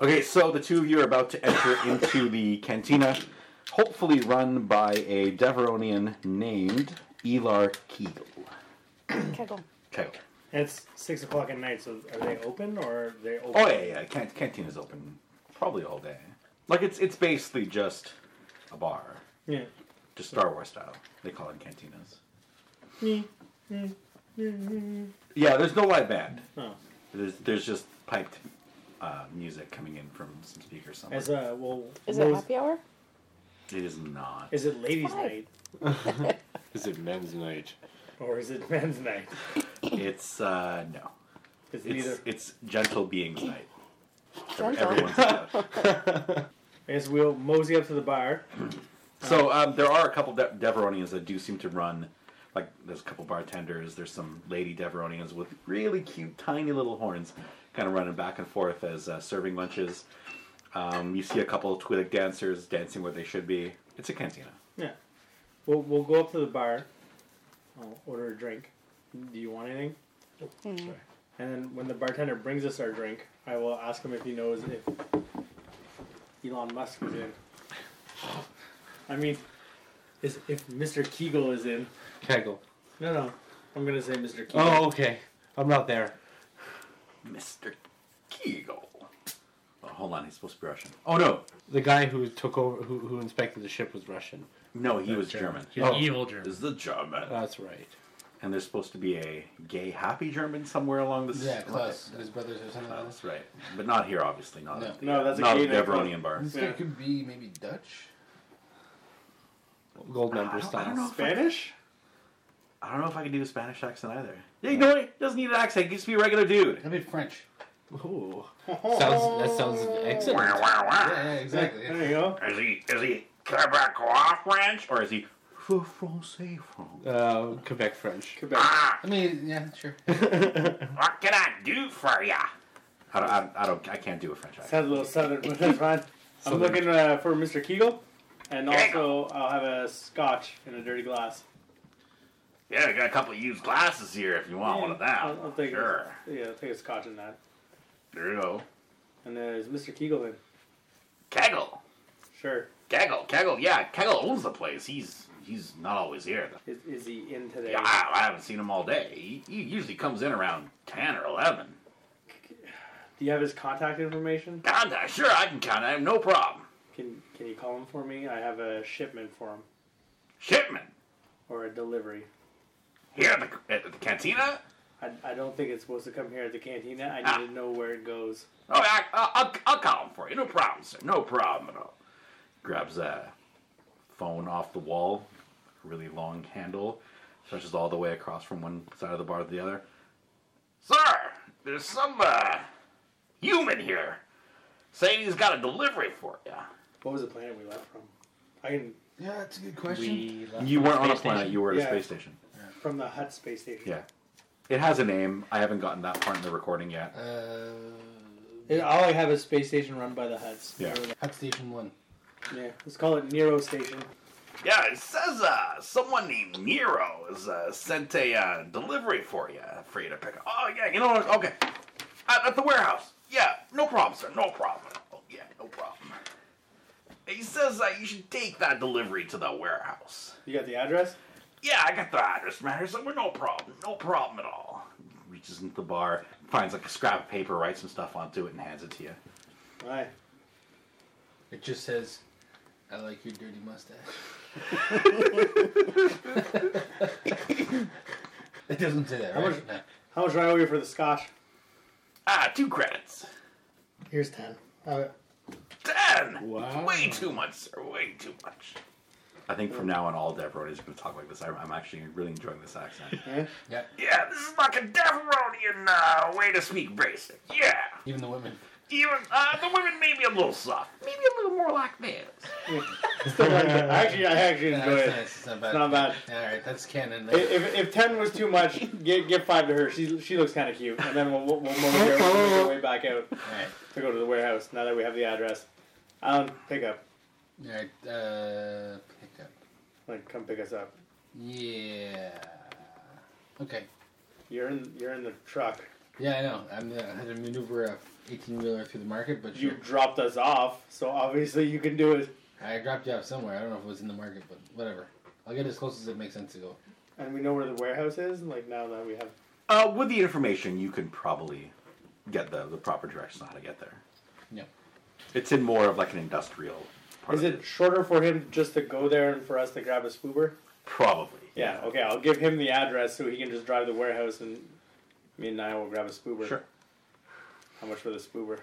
Okay, so the two of you are about to enter into the cantina, hopefully run by a Deveronian named Elar Kegel. Kegel. Kegel. And it's six o'clock at night, so are they open or are they open? Oh yeah, yeah. Can- cantina's open probably all day. Like it's it's basically just a bar, yeah. just Star Wars style. They call it cantinas. Yeah, there's no live band. Oh. There's there's just piped uh, music coming in from some speakers somewhere. As a well, Is what it was- happy hour? It is not. Is it ladies' Five. night Is it men's night? or is it men's night? It's uh, no. It's, It's neither. it's gentle beings night. Central. Everyone's allowed. I guess we'll mosey up to the bar. So um, there are a couple De- Deveronians that do seem to run. Like there's a couple bartenders. There's some lady Deveronians with really cute, tiny little horns, kind of running back and forth as uh, serving lunches. Um, you see a couple of Twi'lek dancers dancing where they should be. It's a cantina. Yeah. We'll we'll go up to the bar. I'll order a drink. Do you want anything? Hmm. Sorry. And then when the bartender brings us our drink, I will ask him if he knows if Elon Musk is in. I mean, is if Mr. Kegel is in. Kegel. No, no. I'm gonna say Mr. Kegel. Oh, okay. I'm not there. Mr. Kegel. Oh, hold on, he's supposed to be Russian. Oh no, The guy who took over, who, who inspected the ship, was Russian. no, he was German. He's Oh. an evil German. Is the German. That's right. And there's supposed to be a gay, happy German somewhere along the His brothers or something. That's right, but not here, obviously. Not No. at the, No, that's a not gay at the nightclub. Deveronian bar. This Yeah. guy could be maybe Dutch. Gold member style. Spanish? I don't know if I can do a Spanish accent either. Yeah, you know what? He doesn't need an accent. He can just be a regular dude. How about French? Ooh. sounds that sounds excellent. Yeah, yeah, exactly. There you go. Is he is he Quebecois French or is he Francais French? Uh, Quebec French. Quebec. I mean, yeah, sure. Ah, What can I do for ya? I don't, I, don't- I don't I can't do a French accent. Sounds a little southern, but that's fine. I'm looking uh, for Mr. Kegel, and also I'll have a scotch in a dirty glass. Yeah, I got a couple of used glasses here if you want one of that. I'll, I'll take sure. A, yeah, I'll take a scotch in that. There you go. And then is Mr. Kegel in? Kegel, Sure. Kegel, Kegel. Yeah, Kegel owns the place. He's he's not always here. Is, is he in today? Yeah, I, I haven't seen him all day. He, he usually comes in around ten or eleven. Do you have his contact information? Contact, sure, I can count. I have no problem. Can Can you call him for me? I have a shipment for him Shipman, or a delivery. here at the, at the cantina. I, I don't think it's supposed to come here at the cantina. I need to know where it goes. Oh, I, I'll, I'll, I'll call him for you. No problem, sir. No problem at all. Grabs a phone off the wall, really long handle, stretches all the way across from one side of the bar to the other. Sir, there's some uh, human here saying he's got a delivery for you. What was the planet we left from? I can Yeah, that's a good question. We left You weren't on a space station. planet. You were at a Yeah. space station. from the Hut space station. Yeah. It has a name. I haven't gotten that part in the recording yet. Uh, And all I have is space station run by the Huts. Yeah. Hot Station 1. Yeah. Let's call it Nero Station. Yeah, it says uh, someone named Nero has uh, sent a uh, delivery for you, for you to pick up. Oh, yeah, you know what? Okay. At, at the warehouse. Yeah, no problem, sir. No problem. Oh, yeah, no problem. He says uh, you should take that delivery to the warehouse. You got the address? Yeah, I got the address, man. There's somewhere, no problem. No problem at all. Reaches into the bar, finds like a scrap of paper, writes some stuff onto it, and hands it to you. Aye. It just says, I like your dirty mustache. it doesn't say that, How right? much- No. How much do I owe you for the scotch? Ah, two credits. Here's ten. Ten. Wow. Way too much, sir. Way too much. I think from now on, all Devroni is going to talk like this. I, I'm actually really enjoying this accent. Yeah? Yeah, yeah, this is like a Devronian uh, way to speak basic. Yeah. even the women. Even uh, the women may be a little soft. Maybe a little more like this. Still like it. Actually, I actually Yeah, enjoy that's it. nice. It's not bad. Not bad. All right, that's canon. I- If, if ten was too much, give, give five to her. She she looks kind of cute, and then we'll we'll, we'll, we'll get our way back out All right, to go to the warehouse. Now that we have the address, Alan, pick up. all right. Uh, pick up. Like, come pick us up. Yeah. Okay. You're in you're in the truck. Yeah, I know. I'm the, I had to maneuver a 18 wheeler through the market, but You sure. dropped us off, so obviously you can do it. I dropped you off somewhere. I don't know if it was in the market, but whatever. I'll get as close as it makes sense to go. And we know where the warehouse is. Like now that we have, Uh, with the information, you can probably get the, the proper directions on how to get there. Yeah. It's in more of like an industrial part. is of it shorter for him just to go there and for us to grab a spoober? Probably. Yeah. Okay, I'll give him the address so he can just drive to the warehouse and me and I will grab a spoober. Sure. How much for the spoober?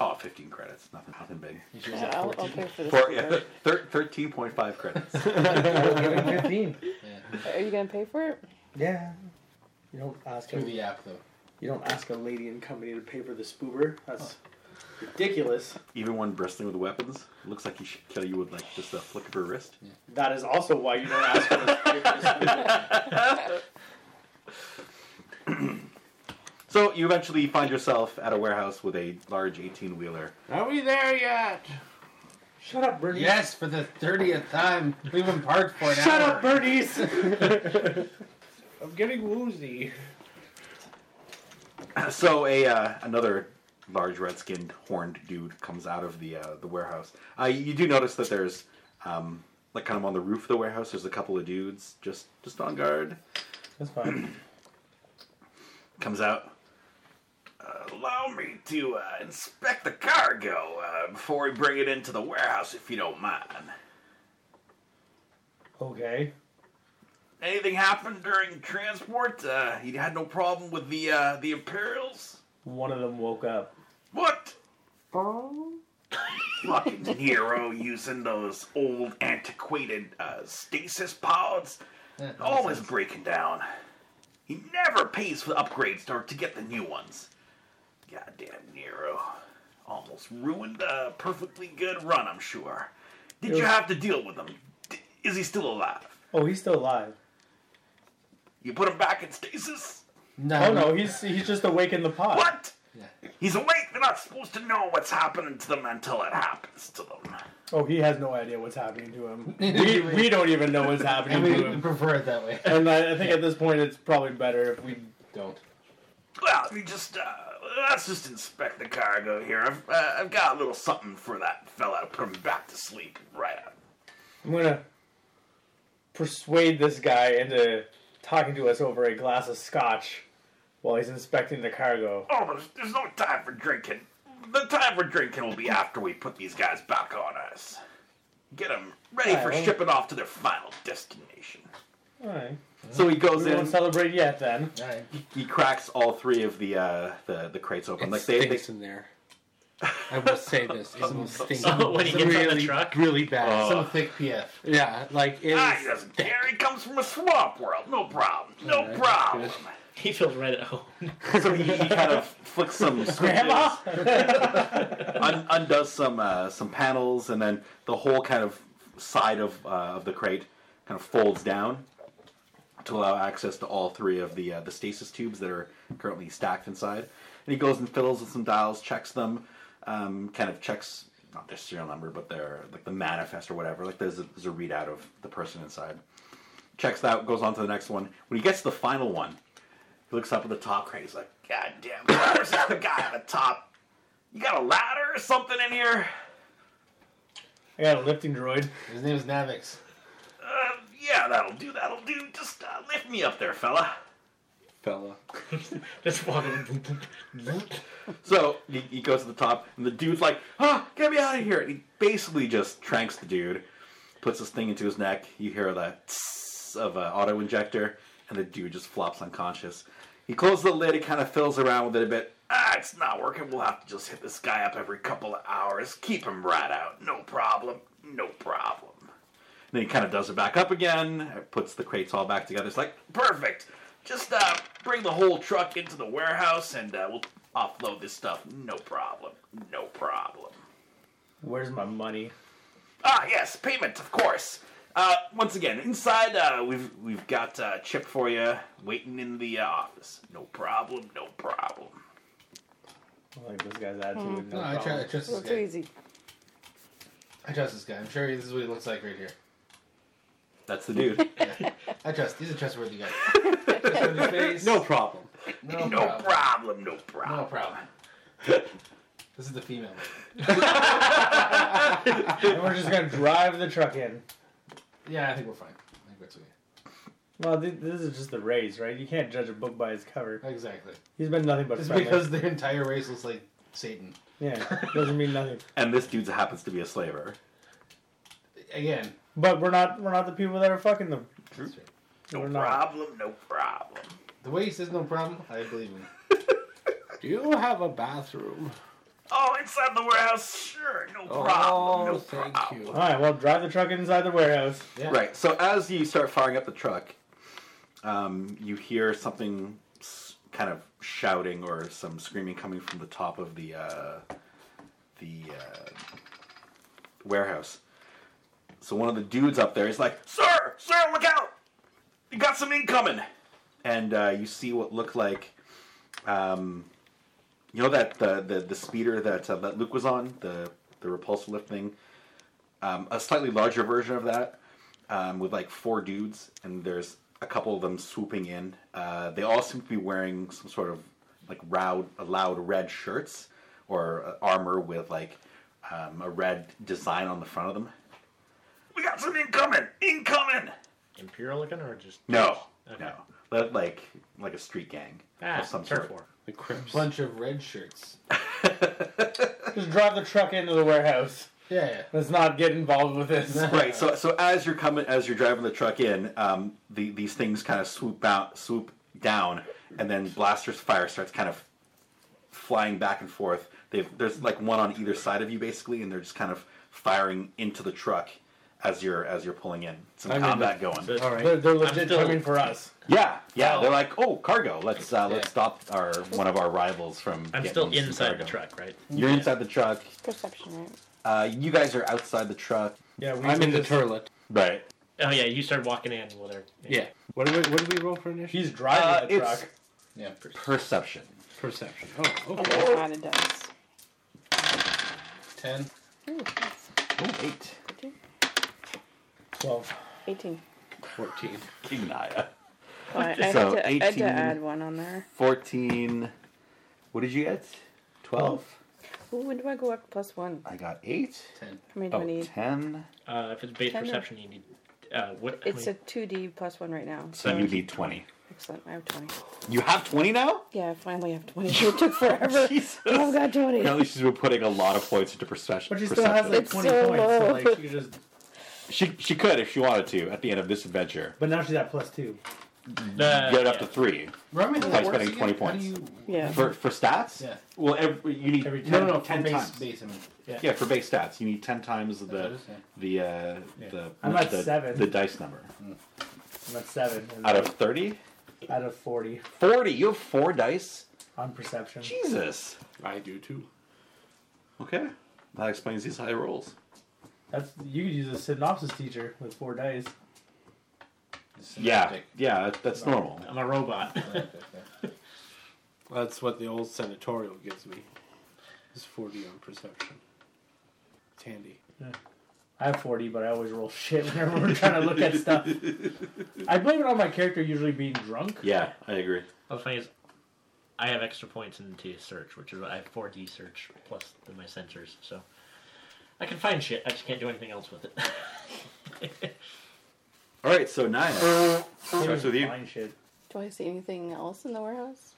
Oh, 15 credits. Nothing, nothing big. You sure Yeah, Oh, I'll, I'll pay for this. For, yeah, thir- 13.5 credits. Yeah. Are you gonna pay for it? Yeah. You don't ask Through the app, though. You don't ask a lady in company to pay for the spoober. That's Oh. ridiculous. Even when bristling with weapons, it looks like he should kill you with like just a flick of her wrist. That is also why you don't ask her to pay for the spoober. So you eventually find yourself at a warehouse with a large 18 wheeler. Are we there yet? Shut up, Bernice. Yes, for the 30th time. We've been parked for an Shut hour. up, Bernice. I'm getting woozy. So a uh, another large red-skinned horned dude comes out of the uh, the warehouse. Uh, you do notice that there's um, like kind of on the roof of the warehouse. There's a couple of dudes just just on guard. That's fine. Comes out. Uh, allow me to uh, inspect the cargo uh, before we bring it into the warehouse, if you don't mind. Okay. Anything happened during transport? Uh, you had no problem with the uh, the Imperials? One of them woke up. What? Oh. Fucking hero using those old antiquated uh, stasis pods. Yeah, that Always makes sense. breaking down. He never pays for upgrades or to get the new ones. Goddamn Nero. Almost ruined a perfectly good run, I'm sure. Did you was- have to deal with him? D- Is he still alive? Oh, he's still alive. You put him back in stasis? No, Oh no, he's he's just awake in the pod. What? Yeah. He's awake. They're not supposed to know what's happening to them until it happens to them. Oh, he has no idea what's happening to him. we, we don't even know what's happening And to we him. prefer it that way. And I, I think at this point, it's probably better if we Don't. Well, you just uh, let's just inspect the cargo here. I've uh, I've got a little something for that fella. Put him back to sleep right up. I'm gonna persuade this guy into talking to us over a glass of scotch while he's inspecting the cargo. Oh, there's, there's no time for drinking. The time for drinking will be after we put these guys back on us. Get them ready for Alright. shipping off to their final destination. Alright. So he goes We won't celebrate yet then. All right. He cracks all three of the uh, the the crates open. It stinks in there. I will say this. It stinks. So when he It's gets really, on the truck, really bad. Oh. Some thick PF. yeah, like it Ah, is, he doesn't care. He comes from a swamp world. No problem. No Alright, that's problem. he feels right at home. So he, he kind of flicks some switches, Grandma! un- undoes some uh, some panels, and then the whole kind of side of uh, of the crate kind of folds down to allow access to all three of the uh, the stasis tubes that are currently stacked inside. And he goes and fiddles with some dials, checks them, um, kind of checks not their serial number, but their like the manifest or whatever. Like there's a, there's a readout of the person inside. Checks that, goes on to the next one. When he gets to the final one, he looks up at the top crate. He's like, "God damn, where's the other guy at the top? You got a ladder or something in here?" I got a lifting droid. His name is Navix. Uh, yeah, that'll do. That'll do. Just uh, lift me up there, fella. Fella. Just walking. So he, he goes to the top, and the dude's like, "Ah, get me out of here!" And he basically just tranks the dude, puts this thing into his neck. You hear the tss of an auto injector, and the dude just flops unconscious. He closes the lid. He kind of fiddles around with it a bit. Ah, it's not working. We'll have to just hit this guy up every couple of hours. Keep him right out. No problem. No problem. Then he kind of does it back up again, puts the crates all back together. It's like, perfect. Just uh, bring the whole truck into the warehouse and uh, we'll offload this stuff. No problem. No problem. Where's my money? Ah, yes, payment, of course. Uh, once again, inside uh, we've we've got uh, Chip for you, waiting in the uh, office. No problem, no problem. I like this guy's attitude. Hmm. No, I, try, I trust this Looks guy. easy. I trust this guy. I'm sure this is what he looks like right here. That's the dude. Yeah. I trust. He's a trustworthy guy. Trustworthy face. No problem. No, no problem. problem, no No problem. problem. this is the female. and we're just gonna drive the truck in. Yeah, I think we're fine. I think that's okay. Well, th- this is just the race, right? You can't judge a book by its cover. Exactly. He's been nothing but It's friendly. because their entire race looks like Satan. yeah, doesn't mean nothing. And this dude happens to be a slaver. Again. But we're not we're not the people that are fucking them. that's right. No We're not. problem, no problem. The way he says no problem, I believe him. Do you have a bathroom? Oh, inside the warehouse, sure, no Oh, problem, Oh, no problem. All right, well, drive the truck inside the warehouse. Yeah. Right. So as you start firing up the truck, um, you hear something s- kind of shouting or some screaming coming from the top of the uh, the uh, warehouse. So one of the dudes up there is like, "Sir, sir, look out! You got some incoming!" And uh, you see what looked like, um, you know that the the, the speeder that uh, that Luke was on, the the repulsor lift thing, um, a slightly larger version of that um, with like four dudes, and there's a couple of them swooping in. Uh, they all seem to be wearing some sort of like round, loud red shirts or uh, armor with like um, a red design on the front of them. We got some incoming! Incoming! Imperial looking or just No, Okay. no, But, like like a street gang ah, of some turf sort. war. The Crips. Bunch of red shirts. Just drive the truck into the warehouse. Yeah, yeah. Let's not get involved with this. Right. So so as you're coming, as you're driving the truck in, um, the, these things kind of swoop out, swoop down, and then Blaster's fire starts kind of flying back and forth. They've, there's like one on either side of you basically, and they're just kind of firing into the truck as you're as you're pulling in. Some I mean, combat going. So- They're, they're legit still- coming for us. yeah, yeah. Oh. They're like, oh, cargo. Let's uh, let's stop our one of our rivals from. I'm getting still some inside cargo. the truck, right? You're inside the truck. Perception, right? Uh, you guys are outside the truck. Yeah, we I'm in the just- toilet. Right. Oh yeah, you start walking in, whatever. Yeah. What do we What do we roll for initiative? He's Uh, driving the it's truck. Yeah. perception. Perception. Oh, okay. Oh, kind of dice. Ten. Ooh, that's Oh, eight. good. Twelve. 18. Fourteen. King Naya. Well, I, I, had So, to, I had 18. to add one on there. 14. What did you get? 12. Ooh, when do I go up plus one? I got 8. Ten. How many do I Oh, need? 10. Uh, if it's base Kinda. perception, you need. Uh, what? how It's a many- 2D plus one right now. So you need 20. Excellent. I have 20. You have 20 now? Yeah, I finally have 20. It took forever. Jesus. oh, God, 20. Apparently, she's been putting a lot of points into perception. But she still has perception. like It's twenty so points, so low. like she could just. She, she could if she wanted to at the end of this adventure. But now she's at plus two. Uh, Get it up yeah. to 3. Remind me how By that works spending again? 20 How do points. you- Yeah. For, for stats? Yeah. Well, every, you need Every no, no, no, time. 10 base, times. Base, I mean. Yeah, for base stats, you need 10 times what the it is, yeah. the uh, Yeah. the, I'm at the, seven. the dice number. I'm at seven. And Out of 30? out of forty 40. You have 4 dice? on perception. Jesus. I do too. Okay. That explains these high rolls. That's you could use a synopsis teacher with four dice. It's Yeah, synaptic. yeah, that- that's normal. I'm a robot. Synaptic, yeah. That's what the old senatorial gives me. Is forty on perception. It's handy. I have 40, but I always roll shit whenever we're trying to look at stuff. I blame it on my character usually being drunk. Yeah, I agree. What's funny is, I have extra points into search, which is I have 4D search plus the, my sensors, so I can find shit. I just can't do anything else with it. All right, so Naya starts with you. Find shit. Do I see anything else in the warehouse?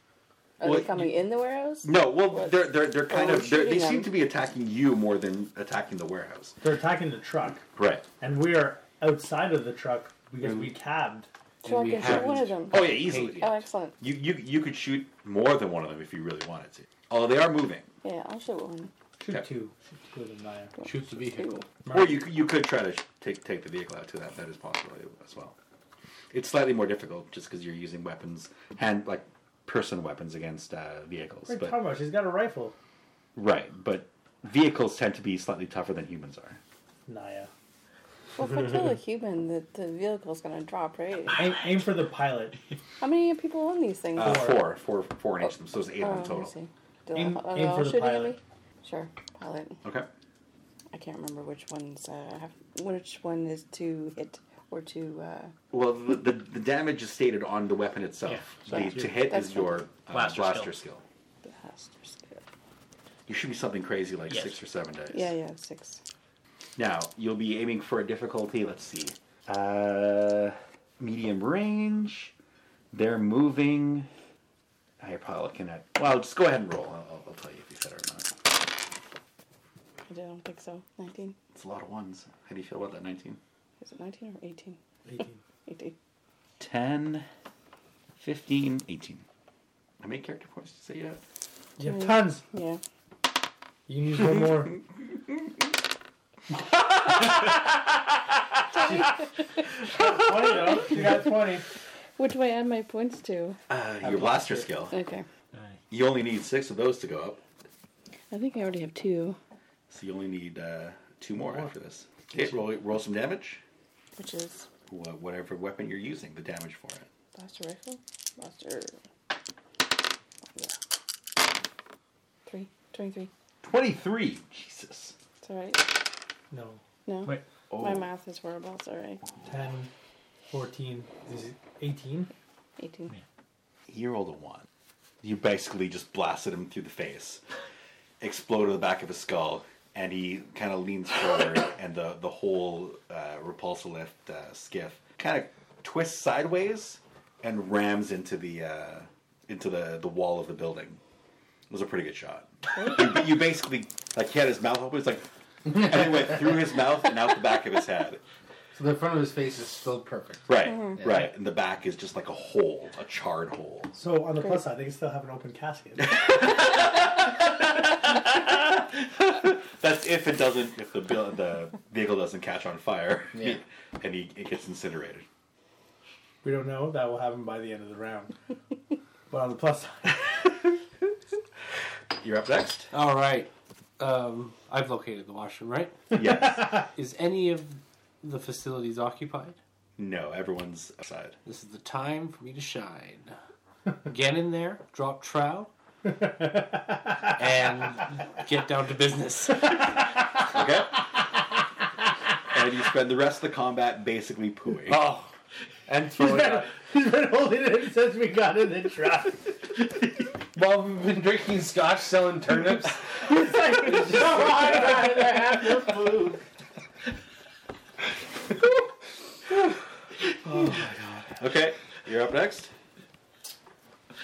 Are Well, they coming in the warehouse? No, well, they're they're they're kind Oh, of they're, they shooting seem them. to be attacking you more than attacking the warehouse. They're attacking the truck, Right. and we are outside of the truck because we cabbed. So I we can shoot one of them. Oh yeah, easily. Oh, excellent. You you you could shoot more than one of them if you really wanted to. Although they are moving. Yeah, I'll shoot one. Okay. two. Go to Maya. Shoot the vehicle. Or you c- you could try to sh- take take the vehicle out to that. That is possible as well. It's slightly more difficult just because you're using weapons hand like person weapons against uh, vehicles. What are you talking But about? She's got a rifle. right, but vehicles tend to be slightly tougher than humans are. Naya. Well, if I kill a human, the, the vehicle's gonna drop, right? Aim, aim for the pilot. How many people own these things? Uh, four, four, four in each of them, so it's eight Oh, of them I total. see. Do Aim- they all- are aim they all for the shooting at pilot. me? Sure, pilot. Okay. I can't remember which ones uh, have, which one is to hit or to. Uh, Well, the, the, the damage is stated on the weapon itself. Yeah, the, that's to true. hit That's is true. your uh, blaster, Blaster skill. blast or skill. You should be something crazy like Yes. six or seven dice. Yeah, yeah, six. Now you'll be aiming for a difficulty. Let's see. Uh, medium range. They're moving. Now you're probably looking at. Well, just go ahead and roll. I'll, I'll- I'll tell you if you said it or not. I don't think so. Nineteen. It's a lot of ones. How do you feel about that? Nineteen. Is it nineteen or eighteen? 18. Eighteen. 10, 15, 18. How many character points did you say you have? You have tons. Yeah. You need one more. Twenty, though. She got twenty. Which way am my points to? Uh, your blaster skill. Okay. You only need six of those to go up. I think I already have two, So you only need uh, two more after this. Okay, roll, roll some damage. which is Wha whatever weapon you're using, the damage for it. blaster rifle, blaster. Yeah. Three. 23. 23! Jesus. It's alright. No. No. Wait. Oh, My math is horrible. It's alright. 10, 14, this is 18. 18. you rolled a one. You basically just blasted him through the face, exploded the back of his skull, and he kind of leans forward, and the, the whole uh, repulsor lift uh, skiff kind of twists sideways and rams into the uh, into the, the wall of the building. It was a pretty good shot. you, you basically like he had his mouth open. It's like and it went through his mouth and out the back of his head. So the front of his face is still perfect. Right, right. And the back is just like a hole, a charred hole. So on the plus side, they can still have an open casket. That's if it doesn't, if the bill, the vehicle doesn't catch on fire, Yeah. and he it gets incinerated. We don't know. That will happen by the end of the round. But on the plus side, You're up next. All right. Um, I've located the washroom, right? Yes. Is any of the facilities occupied? no, everyone's aside. This is the time for me to shine. Get in there, drop trowel, and get down to business. Okay. and you spend the rest of the combat basically pooing. Oh, and throwing up. he's been holding it since we got in the trap. Well, we've been drinking scotch, selling turnips. Okay, you're up next.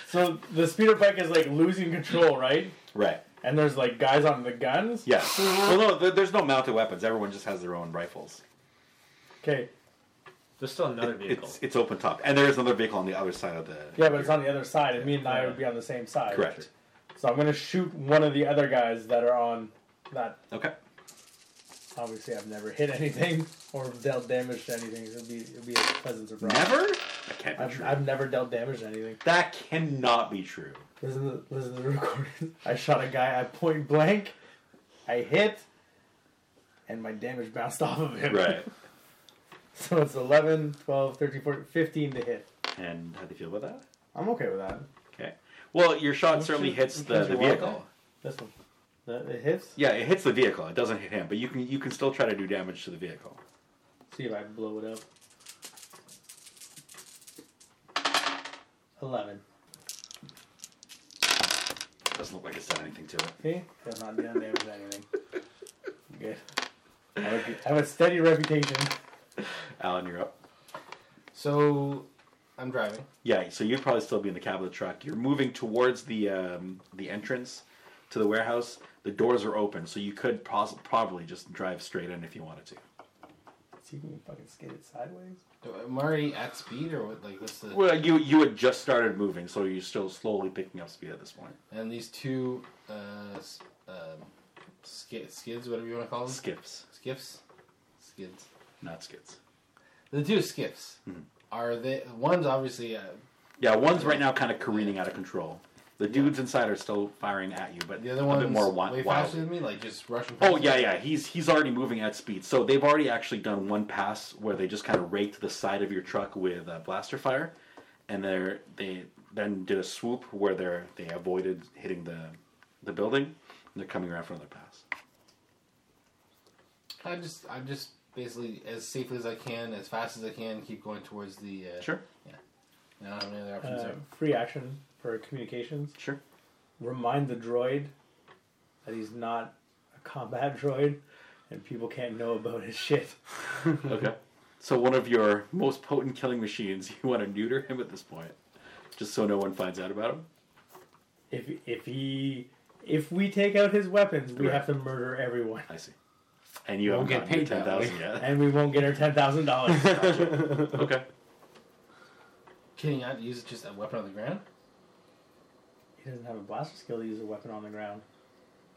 So the speeder bike is like losing control, right? Right. And there's like guys on the guns. Yeah. well, no, there, there's no mounted weapons. Everyone just has their own rifles. Okay. There's still another vehicle. It's it's open top, and there is another vehicle on the other side of the. Yeah, but it's on the other side, and me and Naya would be on the same side. Correct. So I'm gonna shoot one of the other guys that are on that. Okay. Obviously, I've never hit anything or dealt damage to anything. It'll be it'll be a pleasant surprise. Never. That can't be I've, true. I've never dealt damage to anything. That cannot be true. Listen to, listen to the recording. I shot a guy at point blank. I hit, and my damage bounced off of him. Right. So it's 11, 12, 13, 14, 15 to hit. and how do you feel about that? I'm okay with that. Okay. Well, your shot certainly you- hits the, don't you the want vehicle. This one. That, it hits? Yeah, it hits the vehicle. It doesn't hit him, but you can you can still try to do damage to the vehicle. See if I blow it up. 11. Doesn't look like it's done anything to it. Okay? Does not deal damage to anything. Good. I have a, I have a steady reputation. Alan, you're up. So I'm driving. Yeah, so you'd probably still be in the cab of the truck. You're moving towards the um, the entrance to the warehouse. The doors are open, so you could pos- probably just drive straight in if you wanted to. See if we can fucking skate it sideways. Am I already at speed or what? Like what's the? Well, you you had just started moving, so you're still slowly picking up speed at this point. And these two uh, s- um, Sk- skids, whatever you want to call them. Skips, Skiffs? Skids. not skids. The two skiffs. Mm-hmm. Are they. One's obviously. Uh, Yeah, one's right now kind of careening out of control. The dudes inside are still firing at you, but the other a one's bit more wi- way wild. faster than me, like just rushing Oh yeah, yeah. He's he's already moving at speed. So they've already actually done one pass where they just kind of raked the side of your truck with uh, blaster fire, and they they then did a swoop where they are they avoided hitting the the building. And they're coming around for another pass. I just, I'm just basically as safely as I can, as fast as I can, keep going towards the. Uh, Sure, I don't have any other options. Uh, there. free action for communications. sure. Remind the droid that he's not a combat droid and people can't know about his shit. Okay. So one of your most potent killing machines. You want to neuter him at this point, just so no one finds out about him. If if he if we take out his weapons, we Right. have to murder everyone, I see. And you Won't haven't get paid gotten ten that way. thousand yet. and we won't get our ten thousand dollars. okay. Can you not use just a weapon on the ground? he doesn't have a blaster skill to use a weapon on the ground.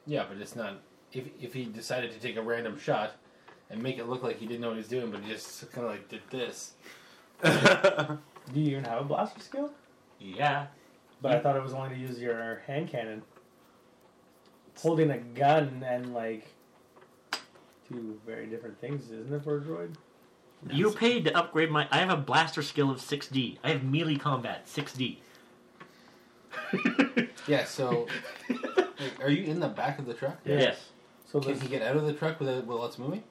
Yeah, but it's not. If if he decided to take a random shot and make it look like he didn't know what he was doing, but he just kind of like did this. Do you even have a blaster skill? Yeah. But I thought it was only to use your hand cannon. Holding a gun and like two very different things, isn't it for a droid? You paid to upgrade my. I have a blaster skill of 6D. I have melee combat 6D. Yeah. So, like, are you in the back of the truck? Yeah. Yes. So Can this he get out of the truck without while it's moving?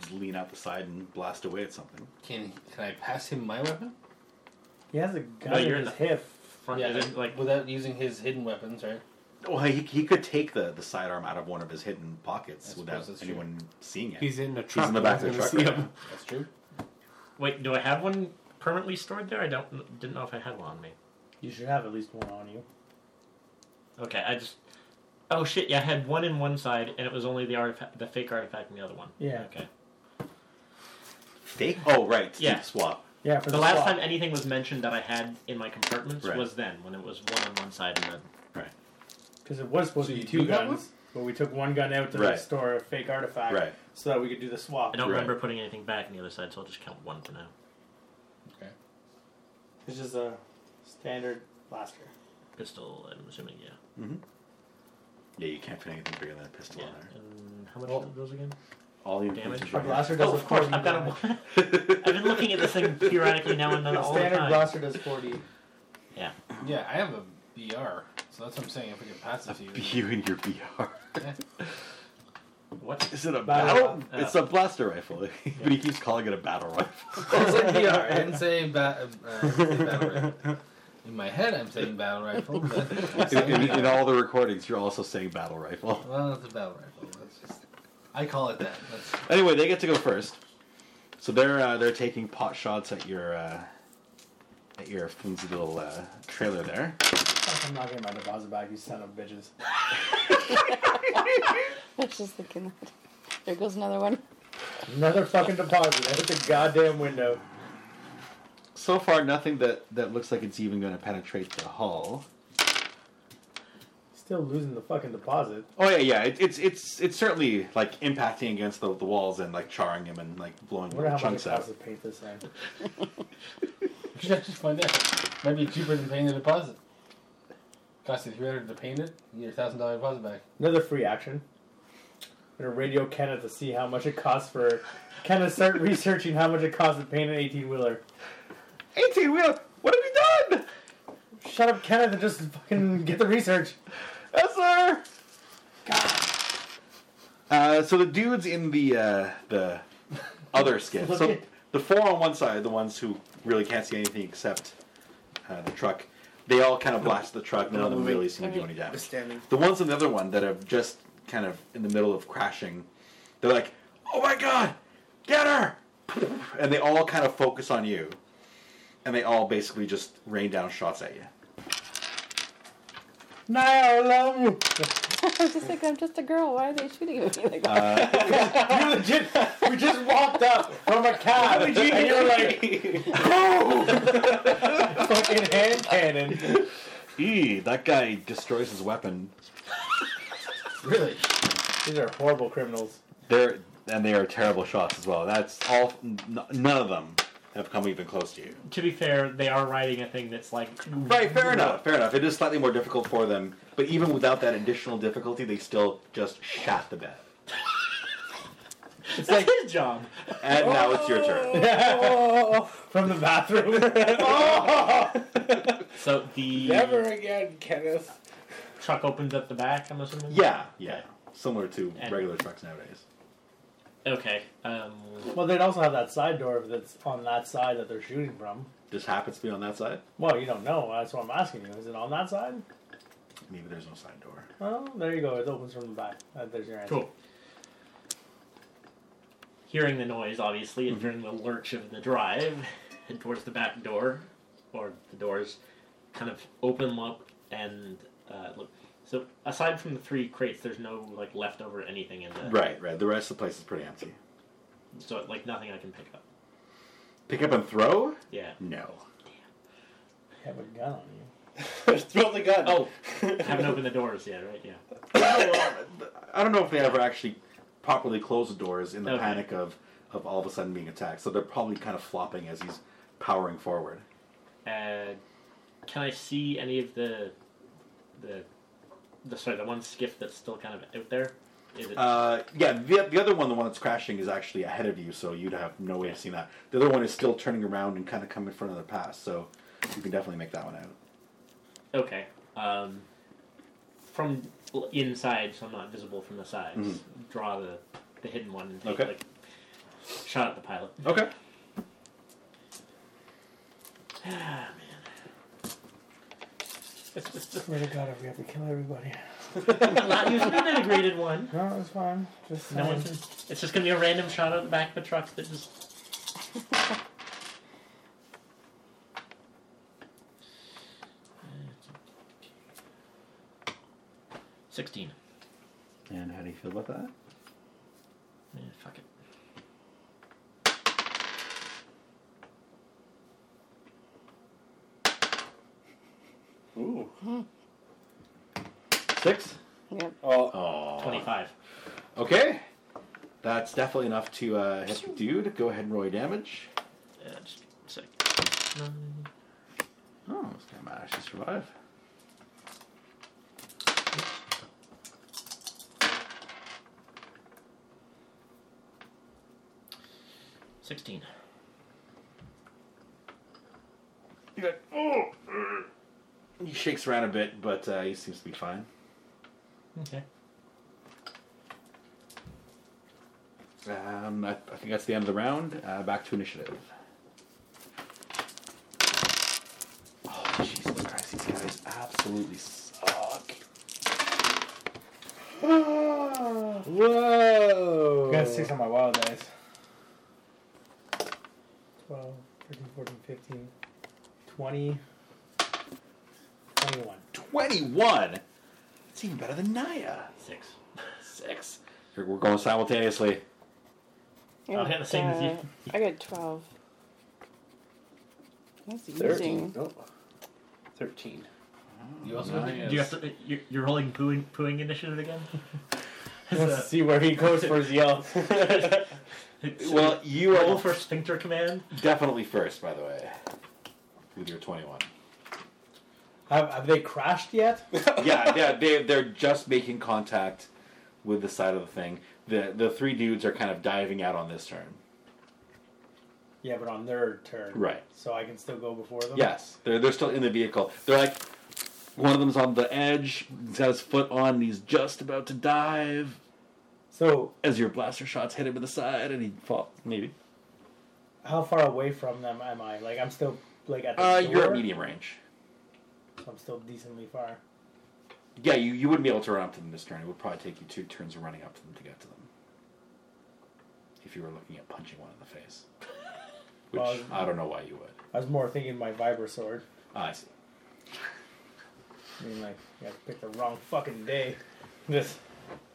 Just lean out the side and blast away at something. Can can I pass him my weapon? he has a gun No, in you're his not. hip. Front, isn't, like without using his hidden weapons, right? Well, he, he could take the, the sidearm out of one of his hidden pockets I without suppose that's anyone seeing it. He's in a truck. He's in the back of the we're truck. gonna Right see now. him. That's true. Wait, do I have one permanently stored there? I don't didn't know if I had one on me. You should have at least one on you. Okay, I just. Oh shit! Yeah, I had one in one side, and it was only the artifact, the fake artifact, in the other one. Yeah. Okay. Fake? Oh, right. Yeah. Steve Swap. Yeah, for The last time anything was mentioned that I had in my compartments Right. was then, when it was one on one side and then. because it was supposed So to be you two do have guns, but we took one gun out to Right. restore a fake artifact, Right. so that we could do the swap. I don't Right. remember putting anything back on the other side, so I'll just count one for now. It's just a standard blaster. Pistol, I'm assuming, yeah. Yeah, you can't fit anything bigger than a pistol Yeah. on there. And how much Well- are those again? All you Damage. A blaster does Oh, of course, I've got a one. I've been looking at this thing periodically now and then all the standard time. blaster does forty. Yeah, I have a BR, so that's what I'm saying. If I can pass it to you, You and your BR. What? Is it a Battle- battle? it's a blaster rifle. but he keeps calling it a battle rifle. it's like BR. I didn't say, ba- uh, I didn't say battle rifle. In my head, I'm saying battle rifle. But I'm in, saying in- BR. in all the recordings, you're also saying battle rifle. Well, it's a battle rifle. That's just, I call it that. That's, Anyway, they get to go first. So they're uh, they're taking pot shots at your uh, at your flimsy little uh, trailer there. I'm not getting my deposit back, you son of bitches. I was just thinking that. There goes another one. Another fucking deposit. I hit the goddamn window. So far, nothing that, that looks like it's even going to penetrate the hull. Still losing the fucking deposit. Oh yeah, yeah. It, it's it's it's certainly like impacting against the, the walls and like charring him and like blowing I wonder little how much chunks it costs out. to paint this thing. you should just find out. Might be cheaper than paying the deposit. Cost you three hundred to paint it. You get a thousand dollar deposit back. Another free action. I'm gonna radio Kenna to see how much it costs for Kenna start researching how much it costs to paint an 18 wheeler. Eighteen wheel. What have you done? Shut up, Kenna, and just fucking get the research. Yes, sir. Uh, so the dudes in the uh, the other skip. Look So at- the four on one side, the ones who really can't see anything except uh, the truck. They all kind of blast the truck. None of them really seem to do any damage. standing. The ones in the other one that have just kind of in the middle of crashing, they're like, "Oh my god, get her!" And they all kind of focus on you, and they all basically just rain down shots at you. Niall, I love you. I was just like, I'm just a girl. Why are they shooting at me like that? Uh, You legit. We just walked up from a cab, and you're like, fucking hand cannon. Eee, that guy destroys his weapon. Really? These are horrible criminals. They're and they are terrible shots as well. That's all. N- none of them have come even close to you. To be fair, they are riding a thing that's like Right. Fair enough. Fair enough. It is slightly more difficult for them, but even without that additional difficulty, they still just shot the bed. It's like his job. And now it's your turn. Oh. From the bathroom. So the Never again, Kenneth. truck opens at the back. I'm assuming. Yeah. Yeah. Similar to And- regular trucks nowadays. Okay. Um, well, they'd also have that side door that's on that side that they're shooting from. Just happens to be on that side. Well, you don't know. That's what I'm asking you. Is it on that side? Maybe there's no side door. Oh, there you go. It opens from the back. Uh, there's your answer. cool. Hearing the noise, obviously, and hearing the lurch of the drive, and towards the back door, or the doors, kind of open up and uh, look. So aside from the three crates, there's no like leftover anything in there. Right. Right. The rest of the place is pretty empty. So like nothing I can pick up. Pick up and throw? Yeah. No. You have a gun on you. Throw the gun. Oh, haven't opened the doors yet, right? Yeah. I don't know if they ever actually properly close the doors in the Okay. panic of, of all of a sudden being attacked. So they're probably kind of flopping as he's powering forward. Uh, can I see any of the the the sorry the one skiff that's still kind of out there? Is it Uh, yeah, the, the other one, the one that's crashing, is actually ahead of you, so you'd have no way of seeing that. The other one is still turning around and kind of coming in front of the pass, so you can definitely make that one out. okay? Um, from l- inside, so I'm not visible from the sides. Draw the the hidden one and take Mm-hmm. Okay. like shot at the pilot. Okay. Ah, Swear to God, if we have to kill everybody. man. not using an integrated one. No, it's fine. Just No one's. It's just gonna be a random shot at the back of a truck that just. Sixteen. And how do you feel about that? Yeah, fuck it. Ooh. Six? Yep. Oh, Oh. Twenty-five. Okay. That's definitely enough to uh, hit the dude. Go ahead and roll your damage. Yeah, just sick. Oh, this guy might actually survive. Sixteen. He's like, oh. He shakes around a bit, but uh, he seems to be fine. Okay. Um, I, I think that's the end of the round. Uh, back to initiative. Oh, Jesus Christ, these guys absolutely suck. whoa. Got six on my wild dice. 12, 13, 14, 15, 20, 21. 21? It's even better than Naya. Six. Six. We're we're going simultaneously. I'll hit oh, the same as you. uh, I got 12. That's Thirteen. using. Nope. Thirteen. You also Nice. have Do you have to? You're, you're rolling pooing, pooing initiative again. Let's see where he goes for his yell. Well, you roll are for sphincter command. definitely first, by the way, with your 21. have, have they crashed yet? yeah, yeah, they they're just making contact with the side of the thing. The the three dudes are kind of diving out on this turn. Yeah, but on their turn. Right. So I can still go before them? Yes, they're they're still in the vehicle. They're like one of them's on the edge. He's got his foot on. And he's just about to dive So as your blaster shots hit him in the side, and he falls. Maybe. how far away from them am I? Like, I'm still, like, at the Uh, door? you're at medium range. So I'm still decently far. Yeah, you, you wouldn't be able to run up to them this turn. It would probably take you two turns of running up to them to get to them. If you were looking at punching one in the face, which Well, I don't know why you would. I was more thinking my vibra sword. Ah, I see. I mean, like, I picked the wrong fucking day. This.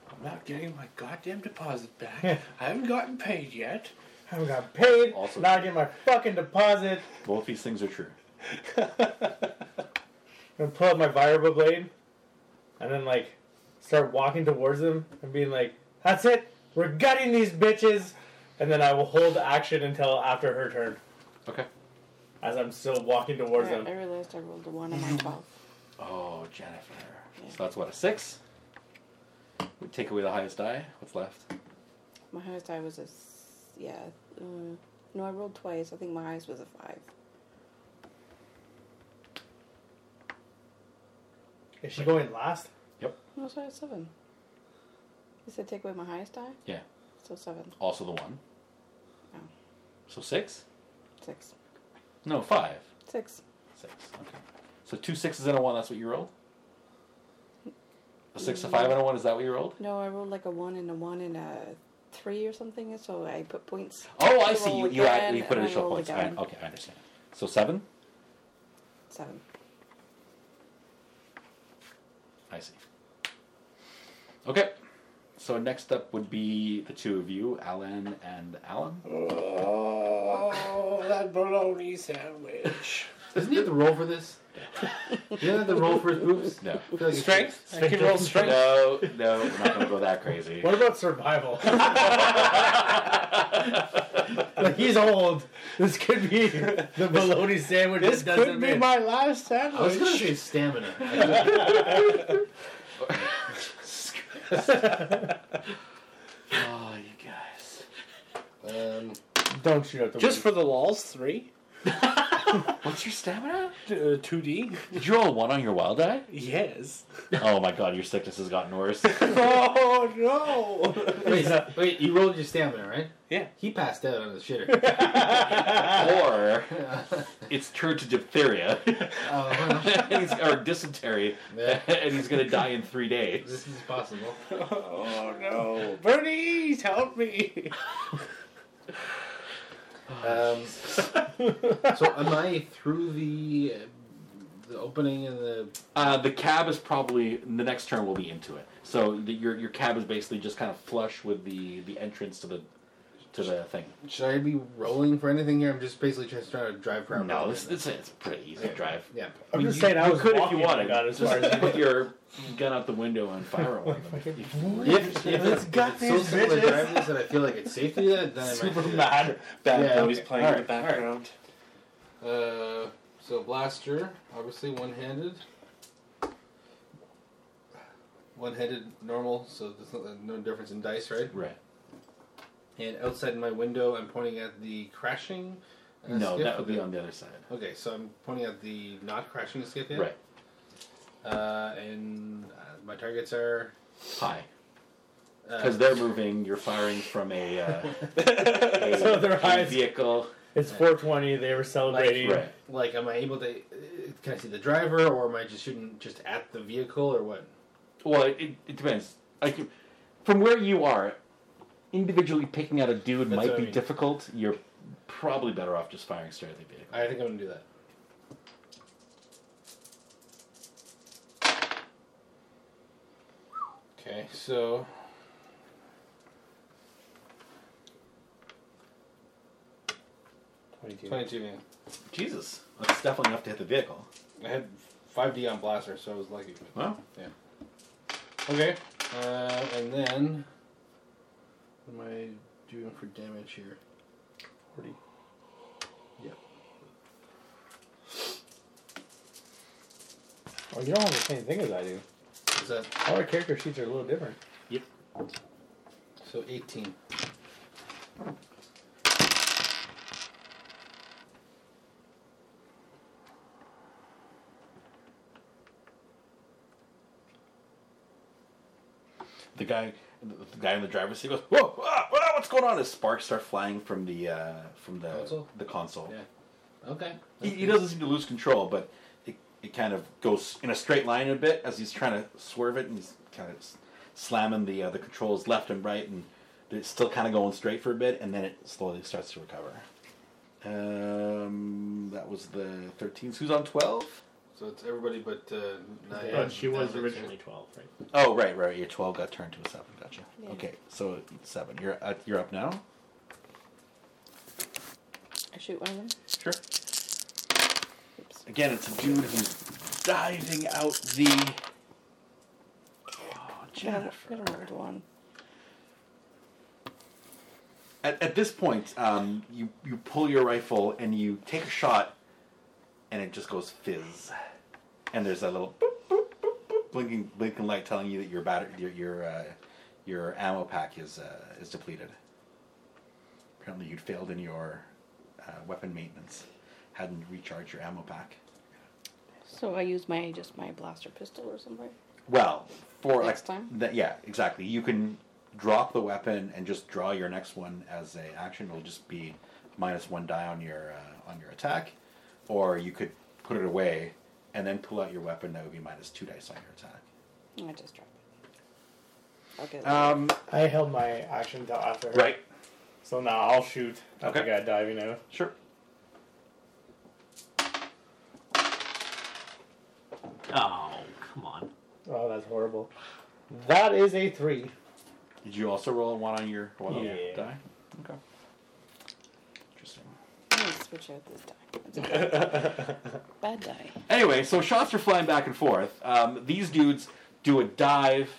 I'm not getting my goddamn deposit back. I haven't gotten paid yet. I got paid. Also now I true. get my fucking deposit. Both these things are true. I'm gonna pull out my vibra blade, and then like start walking towards them and being like, "That's it, we're gutting these bitches," and then I will hold action until after her turn. Okay. As I'm still walking towards Alright, I them. realized I rolled a 1 on my 12. Mm-hmm. Oh, Jennifer. So that's what a six. We take away the highest die. What's left? My highest die was a. s- Yeah. Uh, no, I rolled twice. I think my highest was a 5. Is she going last? No, so I had 7. You said take away my highest die? Yeah. So 7. Also the one. Oh. So six? 6. No, five. 6. Six. Okay. So two sixes and a one. That's what you rolled. A six, a five, and a one. Is that what you rolled? No, I rolled like a 1 and a 1 and a 3 or something, so I put points. Oh, I You see. You roll you, add, again, you put and I additional roll points. Oh. I, again. okay, I understand. So seven. 7. I see. Okay. So next up would be the two of you, Alan and Alan. Oh, that bologna sandwich. Doesn't he have to roll for this? You don't have to roll for his boobs? No, I feel like it's- Strength? I can roll strength. no, no. We're not gonna go that crazy. What about survival? like he's old. This could be the bologna sandwich. This that doesn't could be make- my last I was gonna sandwich. say stamina. I oh, you guys. just- um, Don't shoot at the Just for the lulz, three. What's your stamina? Two D. Did you roll a one on your wild die? Yes. Oh my god, your sickness has gotten worse. Oh no. wait, wait, you rolled your stamina, right? Yeah. He passed out on the shitter. or uh, it's turned to diphtheria well, He's- or dysentery, Yeah. and he's gonna die in three days. this is possible. Oh no. Bernice, help me. Um, so am I through the uh, the opening and the? Uh, the cab is probably the next turn. will be into it. So the, your your cab is basically just kind of flush with the the entrance to the to the thing. Should I be rolling for anything here? I'm just basically just trying to drive around. No, this, this it's pretty easy to drive. Yeah. I'm mean, just you- saying I you was could if walking you when I wanted. got as Just far as put your gun out the window and fire on them. If, if it's got these bitches. that I feel like it's safe to do that, then I might. do that. Bad Yeah, Bunny's okay. playing in the Alright, alright. background. Uh, so blaster, obviously one-handed. One-handed normal, so there's no- no difference in dice, right? Right. And outside my window, I'm pointing at the crashing. uh, No, skiff that with would be the- on the other side. Okay, so I'm pointing at the not crashing skip yet. Right. Uh, and uh, my targets are. High. Uh, Because they're moving, you're firing from a, uh, a, So their a eyes- vehicle. It's 420. They were celebrating. Right. like, am I able to? uh, Can I see the driver, or am I just shooting just at the vehicle, or what? Well, it, it depends. Like, from where you are, individually picking out a dude That's might what I be mean. difficult. You're probably better off just firing straight at the vehicle. I think I'm gonna do that. Okay, so. Twenty-two. Yeah. Jesus, that's definitely enough to hit the vehicle. I had five D on blaster, so I was lucky. Well, Okay. Uh, and then, what am I doing for damage here? Forty. Yep. Oh, you don't have the same thing as I do. Is that All our character sheets are a little different. so? Eighteen. the guy, the guy in the driver's seat goes, "Whoa, ah, ah, what's going on?" As sparks start flying from the uh, from the Console? the console. Yeah. Okay. He, he doesn't seem to lose control, but it, it kind of goes in a straight line a bit as he's trying to swerve it, and he's kind of s- slamming the uh, the controls left and right, and it's still kind of going straight for a bit, and then it slowly starts to recover. Um, that was the 13s. Who's on 12? So it's everybody but uh, nine. But she was Nine, originally 12, right? Oh, right, right. Your 12 got turned to a 7. Gotcha. Yeah. Okay, so 7. You're uh, you're up now? I shoot one of them. Sure. Oops. Again, it's a dude who's diving out the. Oh, Should have should have rolled one. At, at this point, um, you you pull your rifle and you take a shot, and it just goes fizz, and there's that little boop, boop, boop, boop, blinking blinking light telling you that your batter your your, uh, your ammo pack is uh, is depleted. Apparently, you'd failed in your uh, weapon maintenance, hadn't recharged your ammo pack. So I use my just my blaster pistol or something. Well, for Next like, time? That, yeah, exactly. You can drop the weapon and just draw your next one as a action. It'll just be minus one die on your uh, on your attack, or you could put it away and then pull out your weapon. That would be minus two dice on your attack. I just drop it. Okay. Um, I held my action till after. her. right. So now I'll shoot at Okay. the guy diving out. Sure. Oh, come on. Oh, that's horrible. That is a three. Did you also roll a one on your one on Yeah. your die? Okay. Interesting. I'm gonna switch out this die. It's a bad, bad die. Anyway, so shots are flying back and forth. Um, these dudes do a dive.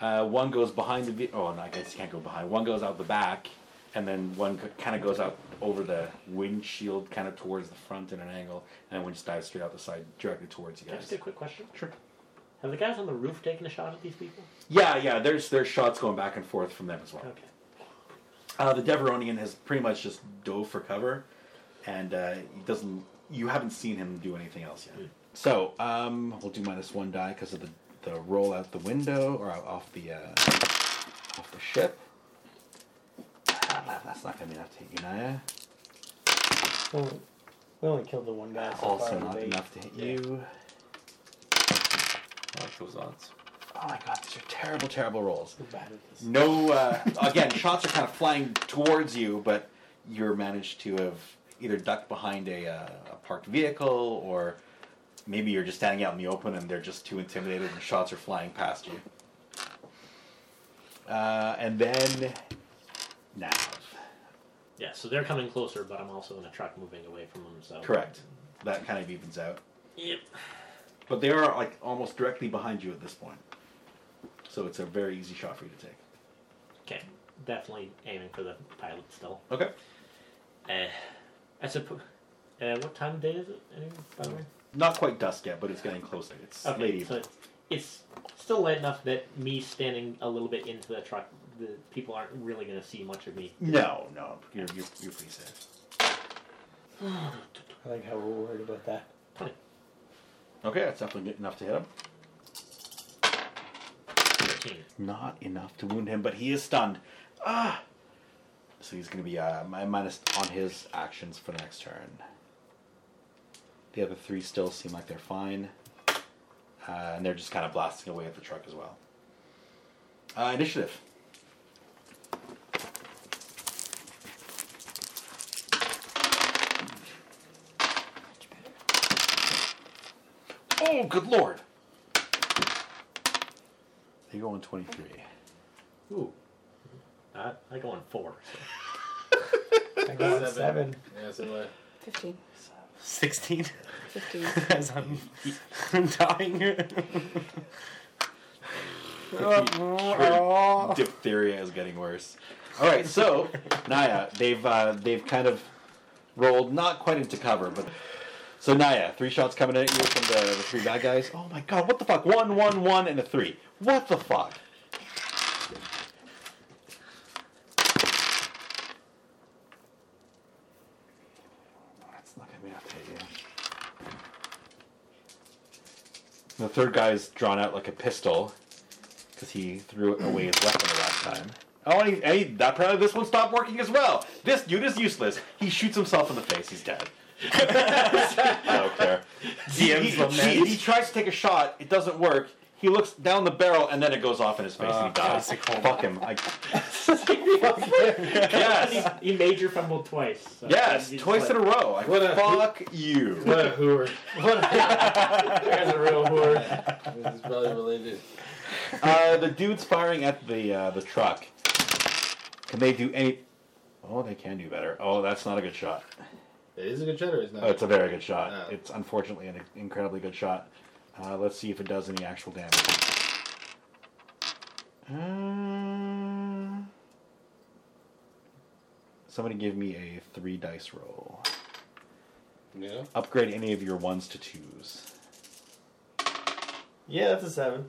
Uh, one goes behind the. ve- Oh, no, I guess you can't go behind. One goes out the back, and then one kind of goes out over the windshield, kind of towards the front in an angle, and one just dives straight out the side, directly towards you Can I just guys. do a quick question? Sure. Have the guys on the roof taken a shot at these people? Yeah, yeah. There's there's shots going back and forth from them as well. Okay. Uh, the Deveronian has pretty much just dove for cover, and uh, he doesn't. You haven't seen him do anything else yet. So um, we'll do minus one die because of the the roll out the window or out, off the uh, off the ship. Ah, That's not gonna be enough to hit you, Naya. Well, we only killed the one guy. So also far not today. enough to hit Yeah. you. I like those odds. Oh my god, these are terrible, terrible rolls. We're bad at this. No, uh, again, shots are kind of flying towards you, but you're managed to have either ducked behind a, uh, a parked vehicle or maybe you're just standing out in the open and they're just too intimidated and shots are flying past you. Uh, and then now. Yeah, so they're coming closer, but I'm also in a truck moving away from them, so. Correct. That kind of evens out. Yep. But they are like almost directly behind you at this point. So it's a very easy shot for you to take. Okay. Definitely aiming for the pilot still. Okay. Uh, I suppose. Uh, what time of day is it? Any, by the way? Not quite dusk yet, but it's getting closer. It's Okay, late evening. so it's, it's still light enough that me standing a little bit into the truck, the people aren't really going to see much of me. No, no, you're, you're, you're pretty safe. I like how we're worried about that. Twenty. Okay, that's definitely good enough to hit him. Thirteen. Not enough to wound him, but he is stunned. Ah! So he's going to be uh, mi- minus on his actions for the next turn. The other three still seem like they're fine. Uh, and they're just kind of blasting away at the truck as well. Uh, initiative. Much better. Oh, good lord! They go on 23. Ooh. I, Uh, I go on four. so- I got seven. Yeah, so uh, Fifteen. 16 Fifteen. as I'm, I'm dying. Oh. Your diphtheria is getting worse. All right, so Naya, they've uh, they've kind of rolled not quite into cover, but so Naya, three shots coming at you from the, the three bad guys. Oh my god, what the fuck? One, one, one, and a three. What the fuck? That's not gonna be enough to hit you. The third guy's drawn out like a pistol because he threw away his weapon the last time. Oh, and, he, and he, apparently this one stopped working as well. This dude is useless. He shoots himself in the face. He's dead. I don't care. He, he- he- he tries to take a shot. It doesn't work. He looks down the barrel and then it goes off in his face and he dies. Fuck him. I, yes. he, he major fumbled twice. so- Yes. He's Twice like- in a row. I, What a- fuck you. What a hooer. That's a real word. this is probably related. Uh, the dude's firing at the uh, the truck. Can they do any? Oh, they can do better. Oh, that's not a good shot. It is a good shot or is not? Oh, it's a very good shot. Oh. It's unfortunately an incredibly good shot. Uh, let's see if it does any actual damage. Uh, somebody give me a three dice roll. Yeah. Upgrade any of your ones to twos. Yeah, that's a seven.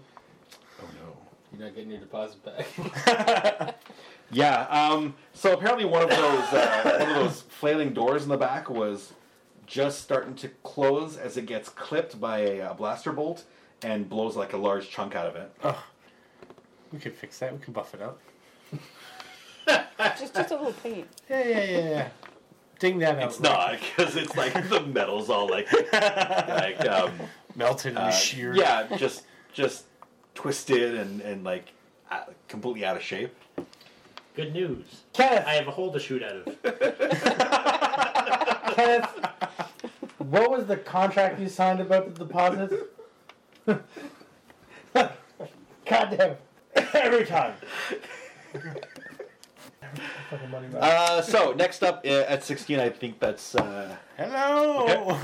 Oh no. You're not getting your deposit back. Yeah. Um, so apparently, one of those uh, one of those flailing doors in the back was just starting to close as it gets clipped by a, uh blaster bolt and blows like a large chunk out of it. We could fix that. We could buff it up. Just just a little paint. Yeah, yeah, yeah, yeah. Ding that out. It's not because it's like the metal's all like like um, Melted and uh, sheared. yeah, just just twisted and and like uh, completely out of shape. Good news. Kenneth, I have a hole to shoot out of. Kenneth, what was the contract you signed about the deposits? goddamn. Every time. Fucking money back. Uh, so next up uh, at sixteen, I think that's uh, Hello.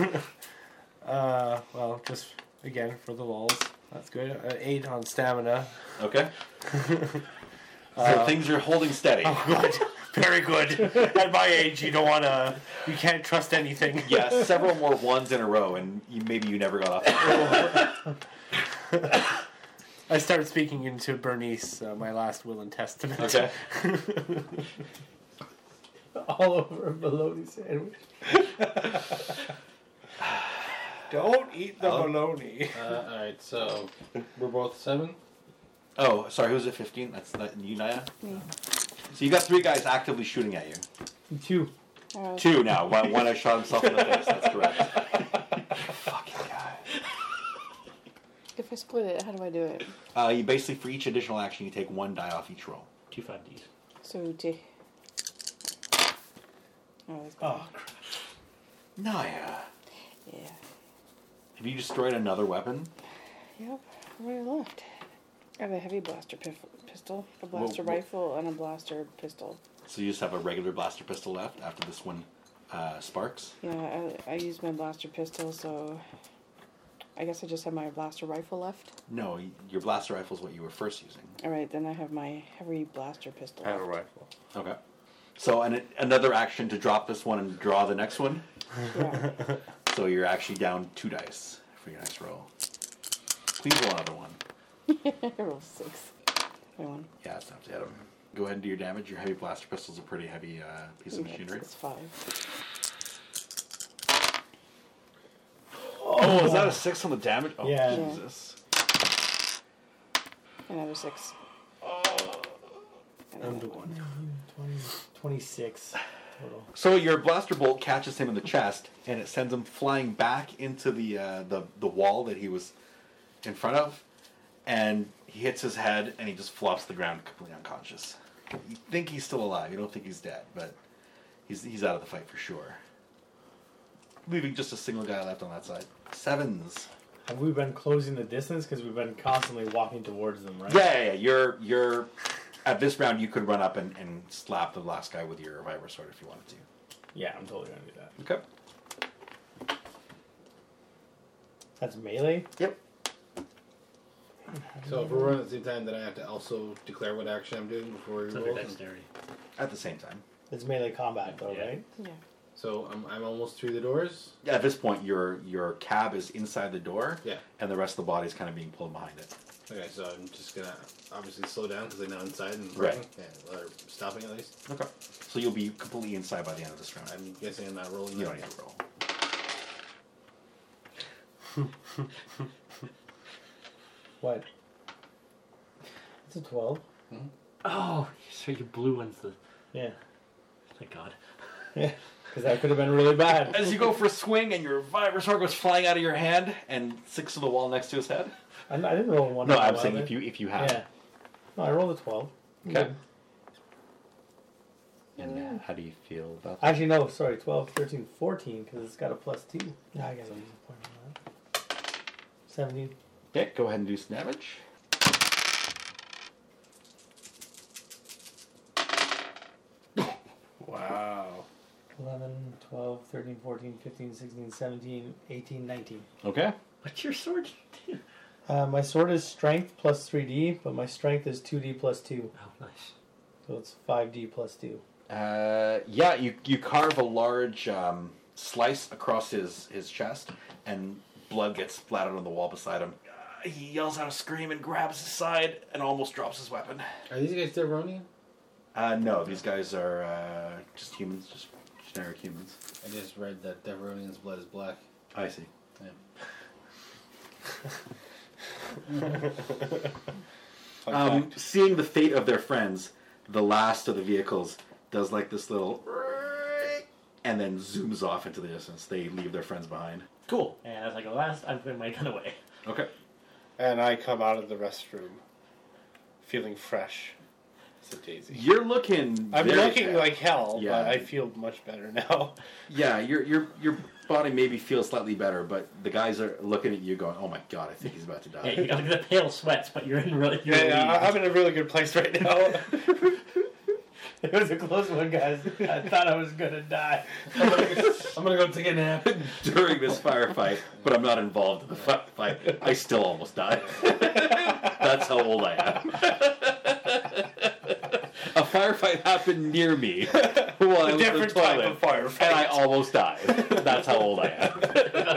uh, well, just again for the lulls. That's good. Uh, eight on stamina. okay. so Uh, things are holding steady. Good. Very good. At my age, you don't want to. You can't trust anything. Yeah, several more ones in a row, and you, maybe you never got off. I started speaking into Bernice, uh, my last will and testament. Okay. All over a bologna sandwich. don't eat the Oh. bologna. Uh, Alright, so we're both seven. Oh, sorry, who's at 15? That's not you, Naya? Me. So you got three guys actively shooting at you. Two. Uh, Two now. One, one I shot himself in the face. That's correct. Fucking guy. if I split it, how do I do it? Uh, you basically, for each additional action, you take one die off each roll. Two five Ds. So D. Oh, it's Oh, crap. Naya, yeah. have you destroyed another weapon? Yep. What do I left? I have a heavy blaster pif- pistol, a Wha- blaster wha- rifle, and a blaster pistol. So you just have a regular blaster pistol left after this one uh, sparks? Yeah, I, I used my blaster pistol, so I guess I just have my blaster rifle left. No, y- your blaster rifle is what you were first using. All right, then I have my heavy blaster pistol. left. rifle. Okay. So an, another action to drop this one and draw the next one. Yeah. So you're actually down two dice for your next roll. Please roll another one. I rolled six. I won. Yeah, it's not to hit him. Go ahead and do your damage. Your heavy blaster pistol's a pretty heavy uh, piece of Yeah, machinery. It's five. Oh, is that a six on the damage? Oh, Yeah. Yeah. Jesus. Another six. I'm the one. 20, 26 total. So your blaster bolt catches him in the chest, and it sends him flying back into the uh, the the wall that he was in front of, and he hits his head, and he just flops to the ground, completely unconscious. You think he's still alive. You don't think he's dead, but he's he's out of the fight for sure. Leaving just a single guy left on that side. Sevens. Have we been closing the distance? Because we've been constantly walking towards them, right? Yeah, yeah, yeah. You're you're at this round. You could run up and, and slap the last guy with your reviver sword if you wanted to. Yeah, I'm totally going to do that. Okay. That's melee? Yep. So if we're running at the same time, then I have to also declare what action I'm doing before we It's under roll. dexterity. At the same time. It's melee combat, though, Yeah. right? Yeah. So I'm, I'm almost through the doors. at this point your your cab is inside the door Yeah. and the rest of the body is kind of being pulled behind it Okay, so I'm just gonna obviously slow down because I know inside and Right. running, and, or stopping at least. okay so you'll be completely inside by the end of this round I'm guessing I'm not rolling. you that. don't need to roll What? It's a 12. Oh, so your blue one's the. Yeah. Thank God. Because that could have been really bad. as you go for a swing and your vibra sword goes flying out of your hand and sticks to the wall next to his head I, I didn't roll a 1. no on i'm the saying other. if you if you have Yeah. No, I rolled a 12. okay and uh, how do you feel about that Actually, no, sorry, 12, 13, 14, because it's got a plus 2. Yeah, I got to use a point on that. 17. okay go ahead and do some damage Wow. 11, 12, 13, 14, 15, 16, 17, 18, 19. okay What's your sword do? Uh, my sword is strength plus 3d, but my strength is 2d plus 2, Oh, nice. so it's 5d plus 2. Uh, yeah, you you carve a large um, slice across his his chest, and blood gets splattered on the wall beside him. Uh, he yells out a scream and grabs his side and almost drops his weapon. Are these guys still Ronian? Uh, no, these guys are uh, just humans, just generic humans. I just read that Deveronian's blood is black. I see. Fun Um, fact. seeing the fate of their friends, the last of the vehicles does like this little, and then zooms off into the distance. They leave their friends behind. Cool. And as I go last, I put my gun away. Okay. And I come out of the restroom feeling fresh. It's a daisy. You're looking. I'm very looking bad. like hell, Yeah. but I feel much better now. Yeah, your your your body maybe feels slightly better, but the guys are looking at you, going, "Oh my god, I think he's about to Yeah, die." you got the pale sweats, but you're in really. You're Yeah, yeah, I- relieved. I'm in a really good place right now. It was a close one, guys. I thought I was gonna die. I'm gonna go take a nap. During this firefight, but I'm not involved in the fi- fight. I still almost died. That's how old I am. A firefight happened near me while I a was in the different type toilet, of firefight. and I almost died. That's how old I am.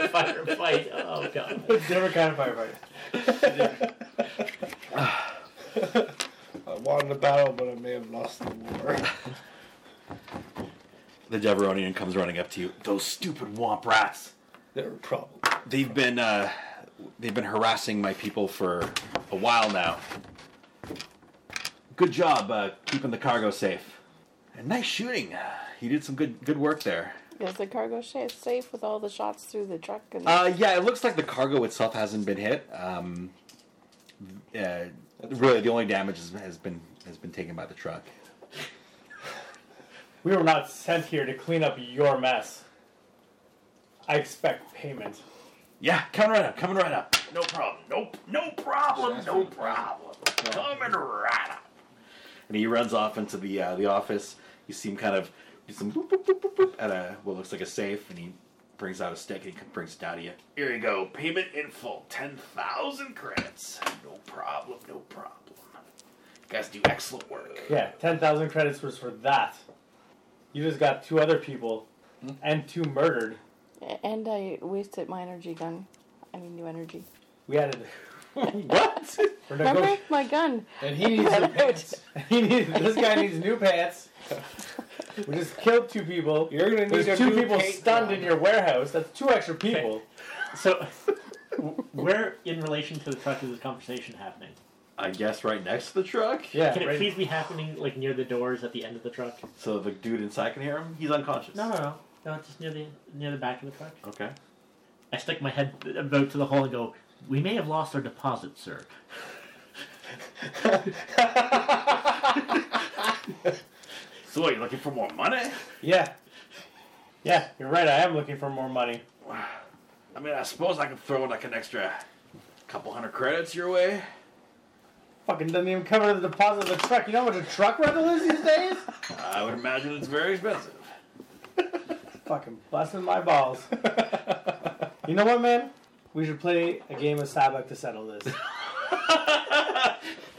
a fire fight. Oh god. Different kind of firefight. I won the battle, but I may have lost the war. The Deveronian comes running up to you. Those stupid womp rats. They're a problem. They've been uh, they've been harassing my people for a while now. Good job uh, keeping the cargo safe. And nice shooting. Uh, you did some good good work there. Is the cargo sh- safe with all the shots through the truck? And Uh, yeah, it looks like the cargo itself hasn't been hit. Um, uh, really, the only damage has, has been has been taken by the truck. We were not sent here to clean up your mess. I expect payment. Yeah, coming right up. Coming right up. No problem. Nope. No problem. No problem. Coming right up. And he runs off into the uh, the office. You see him kind of do some boop, boop, boop, boop, boop at a what looks like a safe, and he brings out a stick and he brings it down to you. Here you go. Payment in full. Ten thousand credits. No problem. No problem. You guys do excellent work. Yeah, 10,000 credits was for that. You just got two other people and two murdered. and I wasted my energy gun. I mean, new energy. We added. what? We're Remember negoti- my gun? And he needs new pants. he needs, this guy needs new pants. We just killed two people. You're gonna need There's a two new people paint stunned job. in your warehouse. That's two extra people. So, w- where in relation to the truck is this conversation happening? I guess right next to the truck. Yeah, Can it right. please be happening like near the doors at the end of the truck? So the dude inside can hear him. He's unconscious. No, no, no. No, it's just near the near the back of the truck. Okay. I stick my head about to the hole and go, "We may have lost our deposit, sir." So what, you looking for more money? Yeah. Yeah, you're right. I am looking for more money. I mean, I suppose I could throw like an extra couple hundred credits your way. Fucking doesn't even cover the deposit of the truck. You know how much a truck rental is these days? I would imagine it's very expensive. Fucking busting my balls. you know what, man? We should play a game of Sabak to settle this.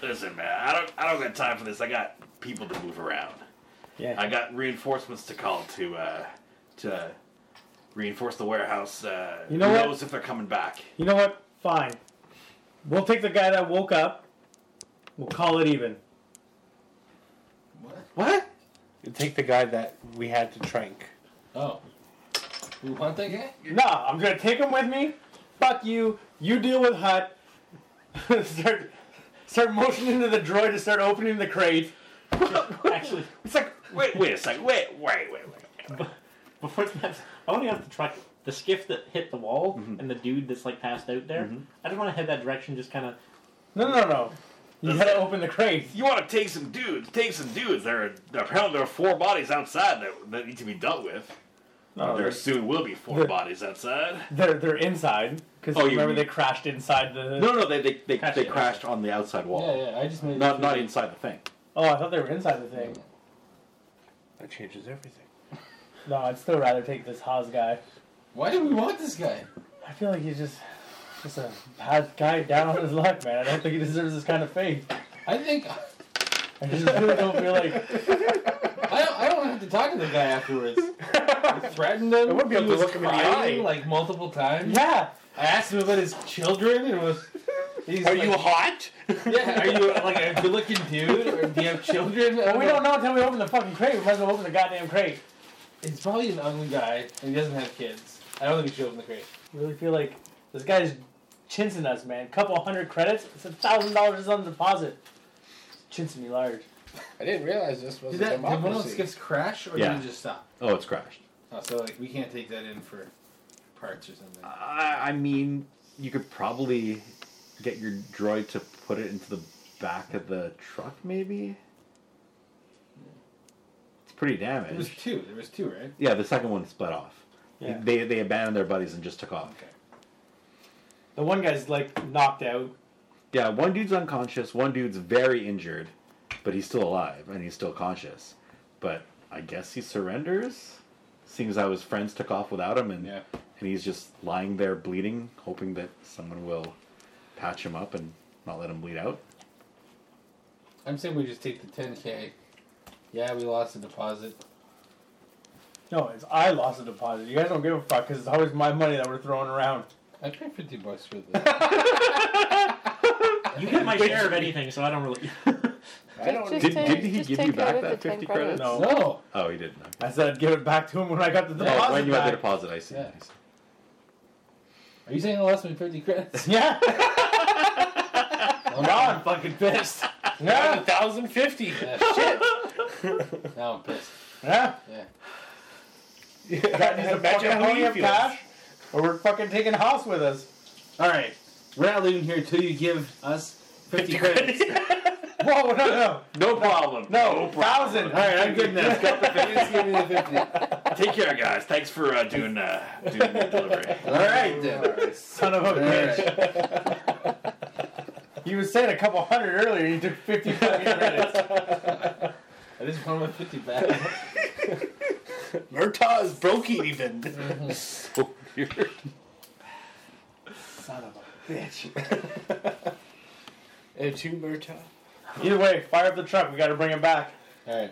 Listen, man, I don't, I don't got time for this. I got people to move around. Yeah. I got reinforcements to call to, uh, to reinforce the warehouse. Uh, You know who what? knows if they're coming back? You know what? Fine. We'll take the guy that woke up. We'll call it even. What? Take the guy that we had to trank. Oh. We want that guy? Nah, I'm gonna take him with me. Fuck you. You deal with Hut. start, start motioning to the droid to start opening the crate. Actually, It's like, wait, wait a second. Wait, wait, wait, wait. before that, I want to get the truck, the skiff that hit the wall, and the dude that's like passed out there. I just want to head that direction, just kind of. No, no, no. You gotta open the crate. You want to take some dudes? Take some dudes. There are apparently there are four bodies outside that, that need to be dealt with. No, there soon will be four The- bodies outside. they're they're inside because Oh, you remember mean- they crashed inside the. No, no, they they, they, Crashed they it. crashed on the outside wall, Yeah, yeah. I just made. it not through not the- inside the thing. Oh, I thought they were inside the thing. That changes everything. No, I'd still rather take this Haas guy. Why do we want this guy? I feel like he's just Just a- Had guy down on his luck, man. I don't think he deserves this kind of fate. I think I just really don't feel like. I don't, I don't have to talk to the guy afterwards. I threatened him. I wouldn't be able He to was look him in the crying, eye. like multiple times. Yeah. I asked him about his children and was. He's Are like, you hot? Yeah, are you like a good looking dude? Or do you have children? But we don't know until we open the fucking crate. We might as well open the goddamn crate. He's probably an ugly guy and he doesn't have kids. I don't think he should open the crate. I really feel like this guy's chinsing us, man. Couple hundred credits. It's a thousand dollars on deposit. Chinsing me large. I didn't realize this was Did, a that, did one of those democracy. skips crash or Yeah. did it just stop? Oh, it's crashed. Oh, so like we can't take that in for parts or something. I, I mean, you could probably get your droid to put it into the back of the truck, maybe. It's pretty There was damaged. two. There was two, right? Yeah, the second one split off. Yeah. They they abandoned their buddies and just took off. Okay. The one guy's like knocked out. Yeah, one dude's unconscious, one dude's very injured, but he's still alive and he's still conscious. But I guess he surrenders, seeing as how his friends took off without him, and Yeah. and he's just lying there bleeding, hoping that someone will patch him up and not let him bleed out. I'm saying we just take the 10k. Yeah, we lost the deposit. No, it's I lost the deposit. You guys don't give a fuck because it's always my money that we're throwing around. I paid 50 bucks for this. You get my share of anything, so I don't really. I don't Just Did, take- did he just give you take out back of that the 50 10 credits. credits? No. no. Oh, he didn't. Okay. I said I'd give it back to him when I got the deposit. Oh, when you had the back. deposit, I see. Yeah. I see. Are you saying I lost my 50 credits? Yeah. No, now I'm fucking pissed. Yeah. thousand fifty. Yeah, shit. now I'm pissed. Yeah. Yeah. That is a Imagine fucking how pony he of feels. cash, or we're fucking taking house with us. All right. We're not leaving here until you give us 50, credits. Whoa, no, no, No problem. no, thousand. All right, I'm good now. You just give me the 50. All Take care, guys. Thanks for uh, doing uh, doing the delivery. right, then. Son of a All bitch. right. You were saying a couple hundred earlier. You took fifty fucking credits. I just want my 50 back. Murtaugh's broke even. Son of a. and two Murtaugh. Either way, fire up the truck. We got to bring him back. All right.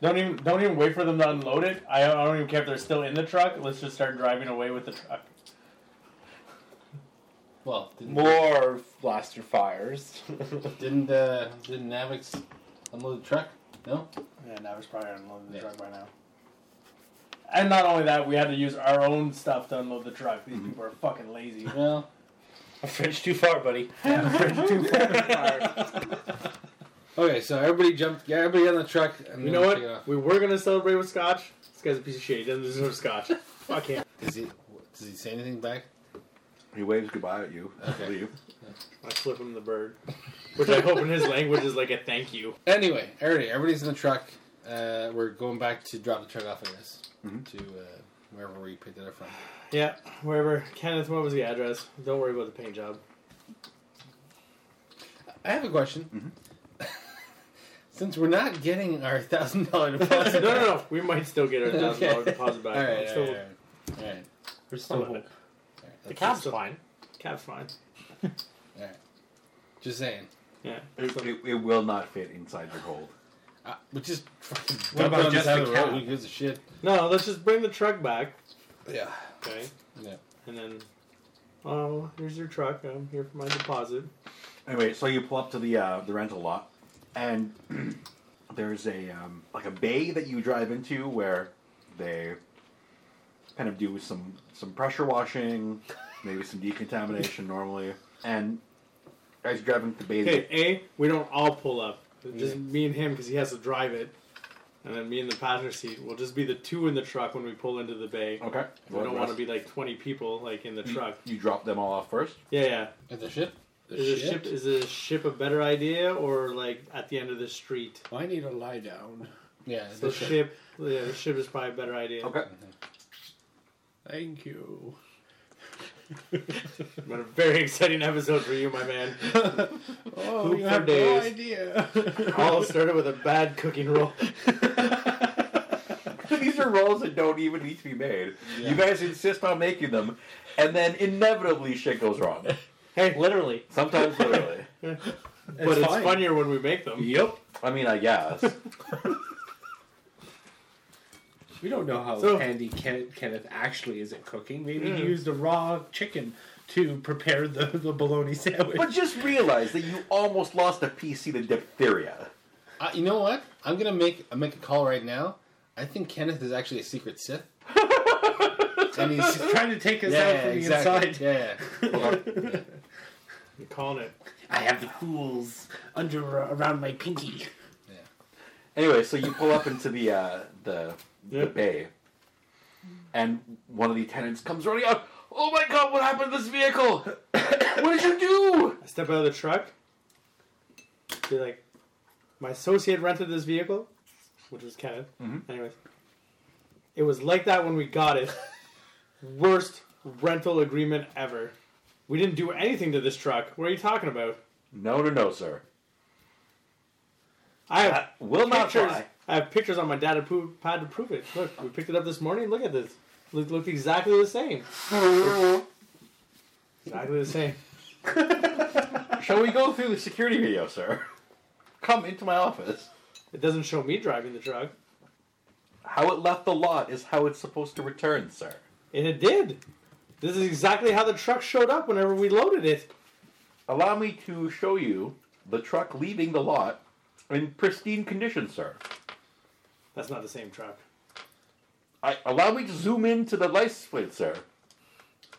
Don't even don't even wait for them to unload it. I don't, I don't even care if they're still in the truck. Let's just start driving away with the truck. Well, didn't, More blaster fires. didn't, uh, didn't Navix unload the truck? No? Yeah, now it's probably unloading the truck by now. And not only that, we had to use our own stuff to unload the truck. These Mm-hmm. people are fucking lazy. Well, A fridge too far, buddy. okay, so everybody jumped. Yeah, everybody on the truck. I'm You gonna know take it off. what? We were gonna celebrate with scotch. This guy's a piece of shit. He doesn't deserve scotch. Fuck him. Does he, does he say anything back? He waves goodbye at you. Okay. Leave. I slip him the bird, which I hope in his language is like a thank you. Anyway, already everybody's in the truck. Uh, we're going back to drop the truck off, I guess, to uh, wherever we picked it up from. Yeah, wherever Kenneth, what was the address? Don't worry about the paint job. I have a question. Mm-hmm. Since we're not getting our thousand dollar no, deposit, no, no. We might still get our thousand dollar deposit back. All right, We're all still, right, all right. We're still All right. the The cab's fine. Cab's fine. Just saying, Yeah. It, it- it will not fit inside your hold. uh, we just fucking What dump it about on just side the of road, cab? Who gives a shit? No, let's just bring the truck back. Yeah. Okay. Yeah. And then, oh, here's your truck. I'm here for my deposit. Anyway, so you pull up to the uh, the rental lot, and there's a um, like a bay that you drive into where they kind of do some some pressure washing, maybe some decontamination normally, and as you drive into the bay, Okay, A, we don't all pull up. It's Just me and him because he has to drive it. And then me in the passenger seat. We'll just be the two in the truck when we pull into the bay. okay, We don't want to be like 20 people like in the truck. You drop them all off first. Yeah, yeah. Is the shit? The Is a ship is a ship a better idea or like at the end of the street? I need to lie down. Yeah. Is So the the ship. ship, yeah, the ship is probably a better idea. Okay, Thank you. But a very exciting episode for you, my man. Oh, Poop you for have no days. idea. All started with a bad cooking roll. these extra rolls that don't even need to be made. You guys insist on making them, and then inevitably shit goes wrong. Hey, Literally. Sometimes literally. but it's, fine. funnier when we make them. yep. I mean, I guess. We don't know how So- handy Ken, Kenneth actually is at cooking. Maybe he used a raw chicken to prepare the, the bologna sandwich. but just realize that you almost lost a PC to diphtheria. Uh, you know what? I'm gonna make I make a call right now. I think Kenneth is actually a secret Sith. and he's He's trying to take us yeah, out from the exactly. inside. Yeah, yeah. You're calling it. I have the fools under around my pinky. Anyway, so you pull up into the uh, the, Yeah. the bay, and one of the tenants comes running out. Oh my god! What happened to this vehicle? what did you do? I step out of the truck. Be like, my associate rented this vehicle, which was Kenneth. Mm-hmm. Anyways, it was like that when we got it. Worst rental agreement ever. We didn't do anything to this truck. What are you talking about? No, no, no, sir. I have That will not pictures. fly. I have pictures on my data pro- pad to prove it. Look, we picked it up this morning. Look at this. Look, looked exactly the same. exactly the same. Shall we go through the security video, sir? Come into my office. It doesn't show me driving the truck, How it left the lot is how it's supposed to return, sir. and it did. This is exactly how the truck showed up whenever we loaded it. Allow me to show you the truck leaving the lot in pristine condition, sir. That's not the same truck. I allow me to zoom into the license plate, sir.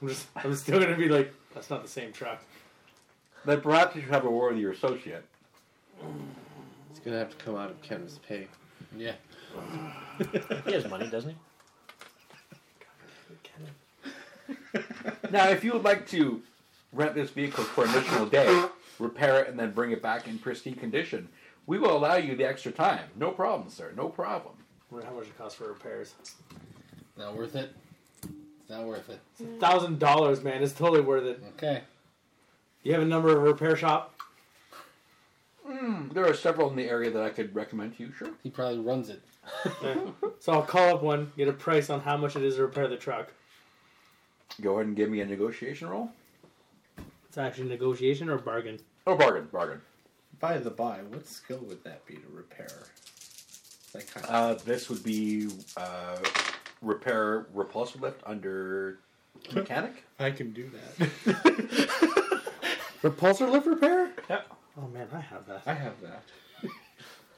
I'm just. I'm still gonna be like, that's not the same truck. Then perhaps you should have a word with your associate. It's gonna have to come out of Kenneth's pay. yeah. He has money, doesn't he? Now, if you would like to rent this vehicle for an additional day, repair it, and then bring it back in pristine condition, we will allow you the extra time. No problem, sir. No problem. I wonder how much it costs for repairs. Not worth it. It's not worth it. Thousand dollars, man. It's totally worth it. Okay. You have a number of a repair shop. There are several in the area that I could recommend to you, sure. He probably runs it. So I'll call up one, get a price on how much it is to repair the truck. Go ahead and give me a negotiation roll. It's actually negotiation or bargain. Oh, bargain, bargain. By the by, what skill would that be to repair? That kind of Uh, this would be uh, repair repulsor lift under mechanic. I can do that. repulsor lift repair. Oh man, I have that. I have that.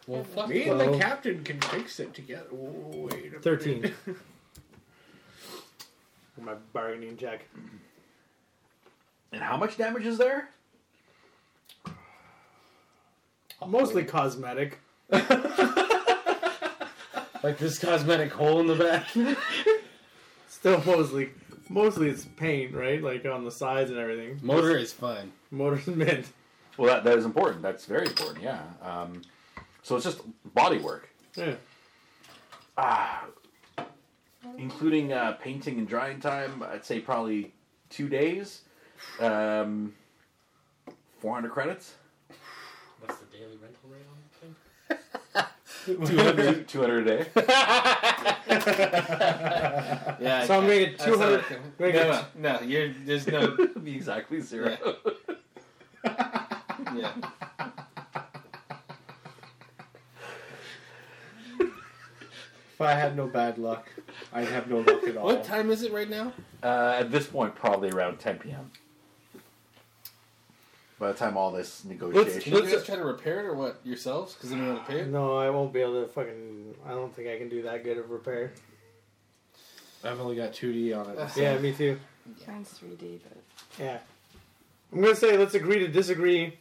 Well, fuck. Me well, and the captain can fix it together. Oh, wait a minute. 13. My bargaining check. And how much damage is there? Mostly cosmetic. like this cosmetic hole in the back. Still mostly. Mostly it's paint, right? Like on the sides and everything. Motor is fine. Motor's mint. Well, that, that is important. That's very important. Yeah. Um, so it's just body work, Yeah. including uh, painting and drying time. I'd say probably two days. Um, Four hundred credits. What's the daily rental rate on that thing? Two hundred. Two hundred a day. Yeah. So I'm gonna get I saw 200. that coming. make it- No, no, no, you're there's no be exactly zero. yeah. If I had no bad luck, I'd have no luck at all. Oh. What time is it right now? Uh, at this point, probably around 10 p.m. By the time all this Can negotiation, you guys try to repair it or what yourselves? Because they don't want to pay it. No, I won't be able to fucking. I don't think I can do that good of repair. I've only got 2D on it. Yeah, me too. Mine's 3D, but Yeah. I'm gonna say let's agree to disagree.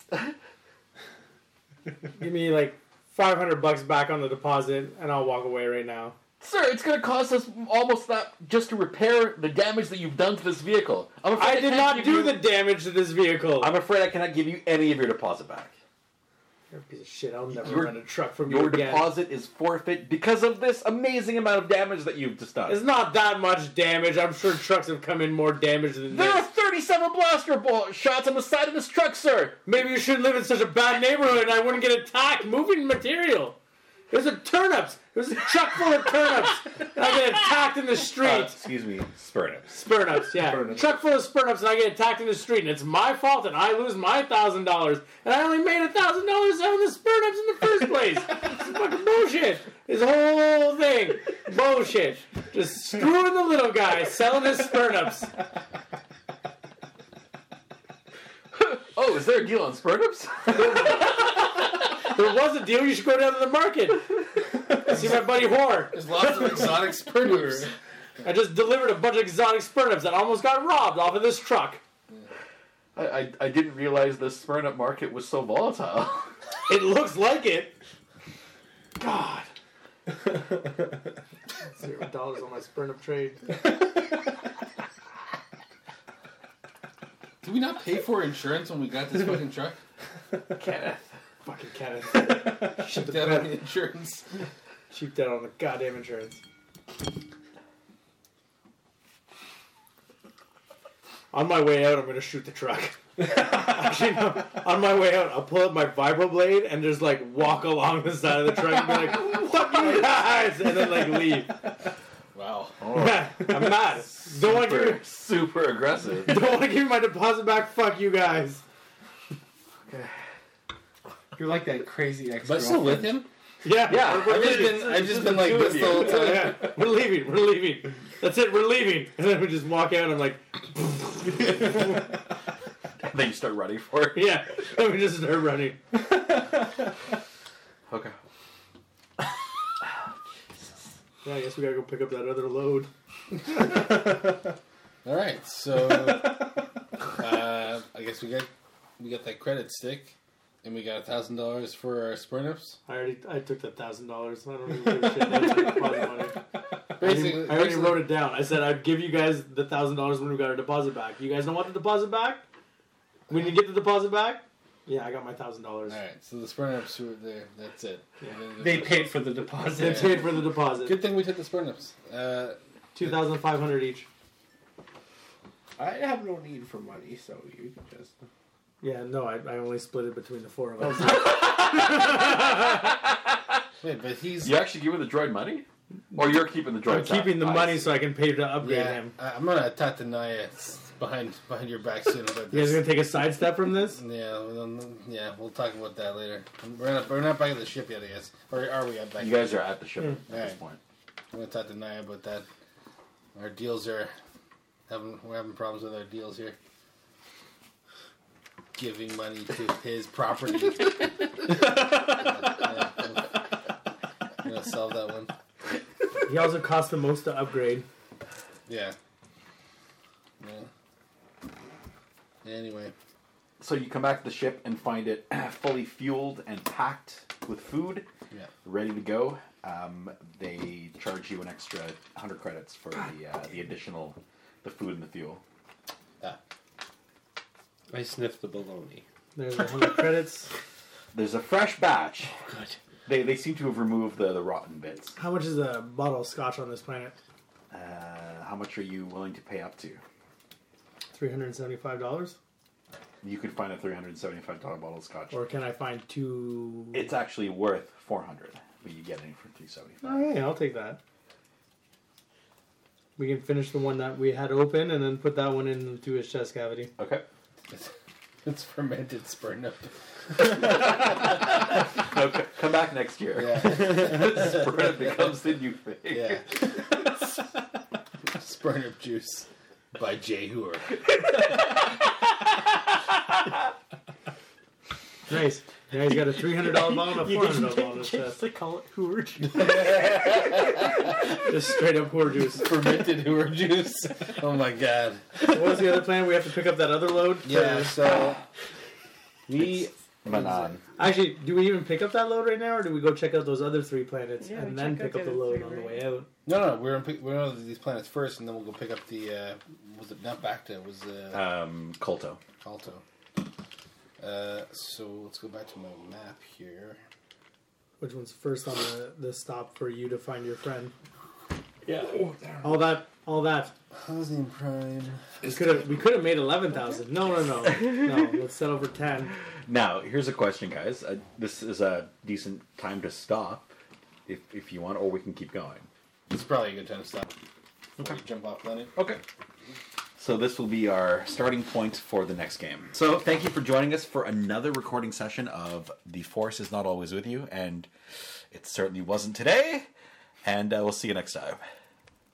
Give me like 500 bucks back on the deposit, and I'll walk away right now. sir, it's going to cost us almost that just to repair the damage that you've done to this vehicle. I'm afraid I did can't not give do you- the damage to this vehicle. I'm afraid I cannot give you any of your deposit back. You're a piece of shit. I'll never Your- rent a truck from you Your again. deposit is forfeit because of this amazing amount of damage that you've just done. It's not that much damage. I'm sure trucks have come in more damage than there are this. 37 blaster ball shots on the side of this truck, sir. Maybe you shouldn't live in such a bad neighborhood. and I wouldn't get attacked moving material. It was a turnips. It was a truck full of turnips. and I get attacked in the street. Uh, excuse me, spurnips. spurnips, yeah. Spurnips. Truck full of spurnips, and I get attacked in the street, and it's my fault, and I lose my thousand dollars, and I only made a thousand dollars on the spurnips in the first place. it's fucking bullshit. This whole thing, bullshit. Just screwing the little guy, selling his spurnips. Oh, is there a deal on spurnips? There was a deal. You should go down to the market. See my buddy whore. There's lots of exotic spurnips. I just delivered a bunch of exotic spurnips that almost got robbed off of this truck. I, I, I didn't realize the spurnup market was so volatile. It looks like it. God. Zero dollars on my spurnup trade. Did we not pay for insurance when we got this fucking truck? Kenneth. Fucking Kenneth. Shipped out on the insurance. Cheaped out on the goddamn insurance. On my way out, I'm gonna shoot the truck. Actually, no. On my way out, I'll pull up my vibro blade and just like walk along the side of the truck and be like, "Fuck you guys," and then like leave. Wow. I'm mad. Don't want to give, Oh. super, super aggressive. don't want to give my deposit back. Fuck you guys. You're like that crazy ex. But still with him? Yeah, Yeah, We're, we're I I've just leaving. been, I've just been like this the whole time. Yeah, yeah. We're leaving. We're leaving. That's it. We're leaving. And then we just walk out. and I'm like, then you start running for it. yeah. And we just start running. Okay. Yeah, I guess we gotta go pick up that other load. All right, so uh, I guess we got we got that credit stick, and we got a thousand dollars for our spurnips. I already I took that thousand dollars. I don't even give a shit. That's my deposit money. Basically, I already basically- wrote it down. I said I'd give you guys the thousand dollars when we got our deposit back. You guys don't want the deposit back? When you get the deposit back? Yeah, I got my thousand dollars. All right, so the spurnips were there. That's it. They paid for the deposit. They paid for the deposit. Good thing we took the spurnips. Uh, Two thousand five hundred each. I have no need for money, so you can just. Yeah, no, I, I only split it between the four of us. wait, but he's You actually giving the droid money? Or you're keeping the droid I'm keeping the I money see. so I can pay to upgrade yeah. him. I, I'm gonna talk to Naya behind behind your back soon about You guys this. gonna take a sidestep from this? Yeah, well, um, yeah, we'll talk about that later. We're not, we're not back at the ship yet, I guess. Or are we at back? You guys are at the Hmm. ship at this Alright. point. I'm gonna talk to Naya about that. Our deals are having we're having problems with our deals here. Giving money to his property. Yeah, I'm I'm gonna solve that one. He also cost the most to upgrade. Yeah. Yeah. Anyway, So you come back to the ship and find it fully fueled and packed with food, yeah. ready to go. Um, they charge you an extra 100 credits for the, uh, the additional, the food and the fuel. Ah, I sniffed the baloney. There's a hundred credits. There's a fresh batch. They, they seem to have removed the, the rotten bits. How much is a bottle of scotch on this planet? Uh, how much are you willing to pay up to? Three hundred and seventy-five dollars. You could find a $375 bottle of scotch. Or can I find two? It's actually worth 400 but you get it for 375 Oh yeah, I'll take that. We can finish the one that we had open and then put that one into his chest cavity. Okay. it's, it's fermented spurnip. No, c- come back next year. Yeah, Spread becomes the new thing. yeah. spurnip juice by Jay Hooer. Nice. Now he's got a three hundred dollar bottle and a four hundred dollar bottle on his chest. They call it hoover juice. Just straight up poor juice. fermented hooer juice. Oh my god. What was the other plan? We have to pick up that other load. Yeah, so we Manon. Actually, do we even pick up that load right now, or do we go check out those other three planets Yeah, and we then check out pick up the the other load three, on the right? way out? no no we're on pick, we're on these planets first, and then we'll go pick up the uh, was it not Bacta it was uh, Um, Colto. Alto. Uh, so let's go back to my map here. Which one's first on the, the stop for you to find your friend? Yeah. Oh, All that, all that. Housing Prime. We could have, we could have made eleven thousand. No, no, no, no. Let's settle for ten. Now, here's a question, guys. Uh, this is a decent time to stop. if, if you want, or we can keep going. It's probably a good time to stop. Okay. Jump off planet. Okay. So this will be our starting point for the next game. So thank you for joining us for another recording session of The Force is Not Always With You, and it certainly wasn't today. And uh, we'll see you next time.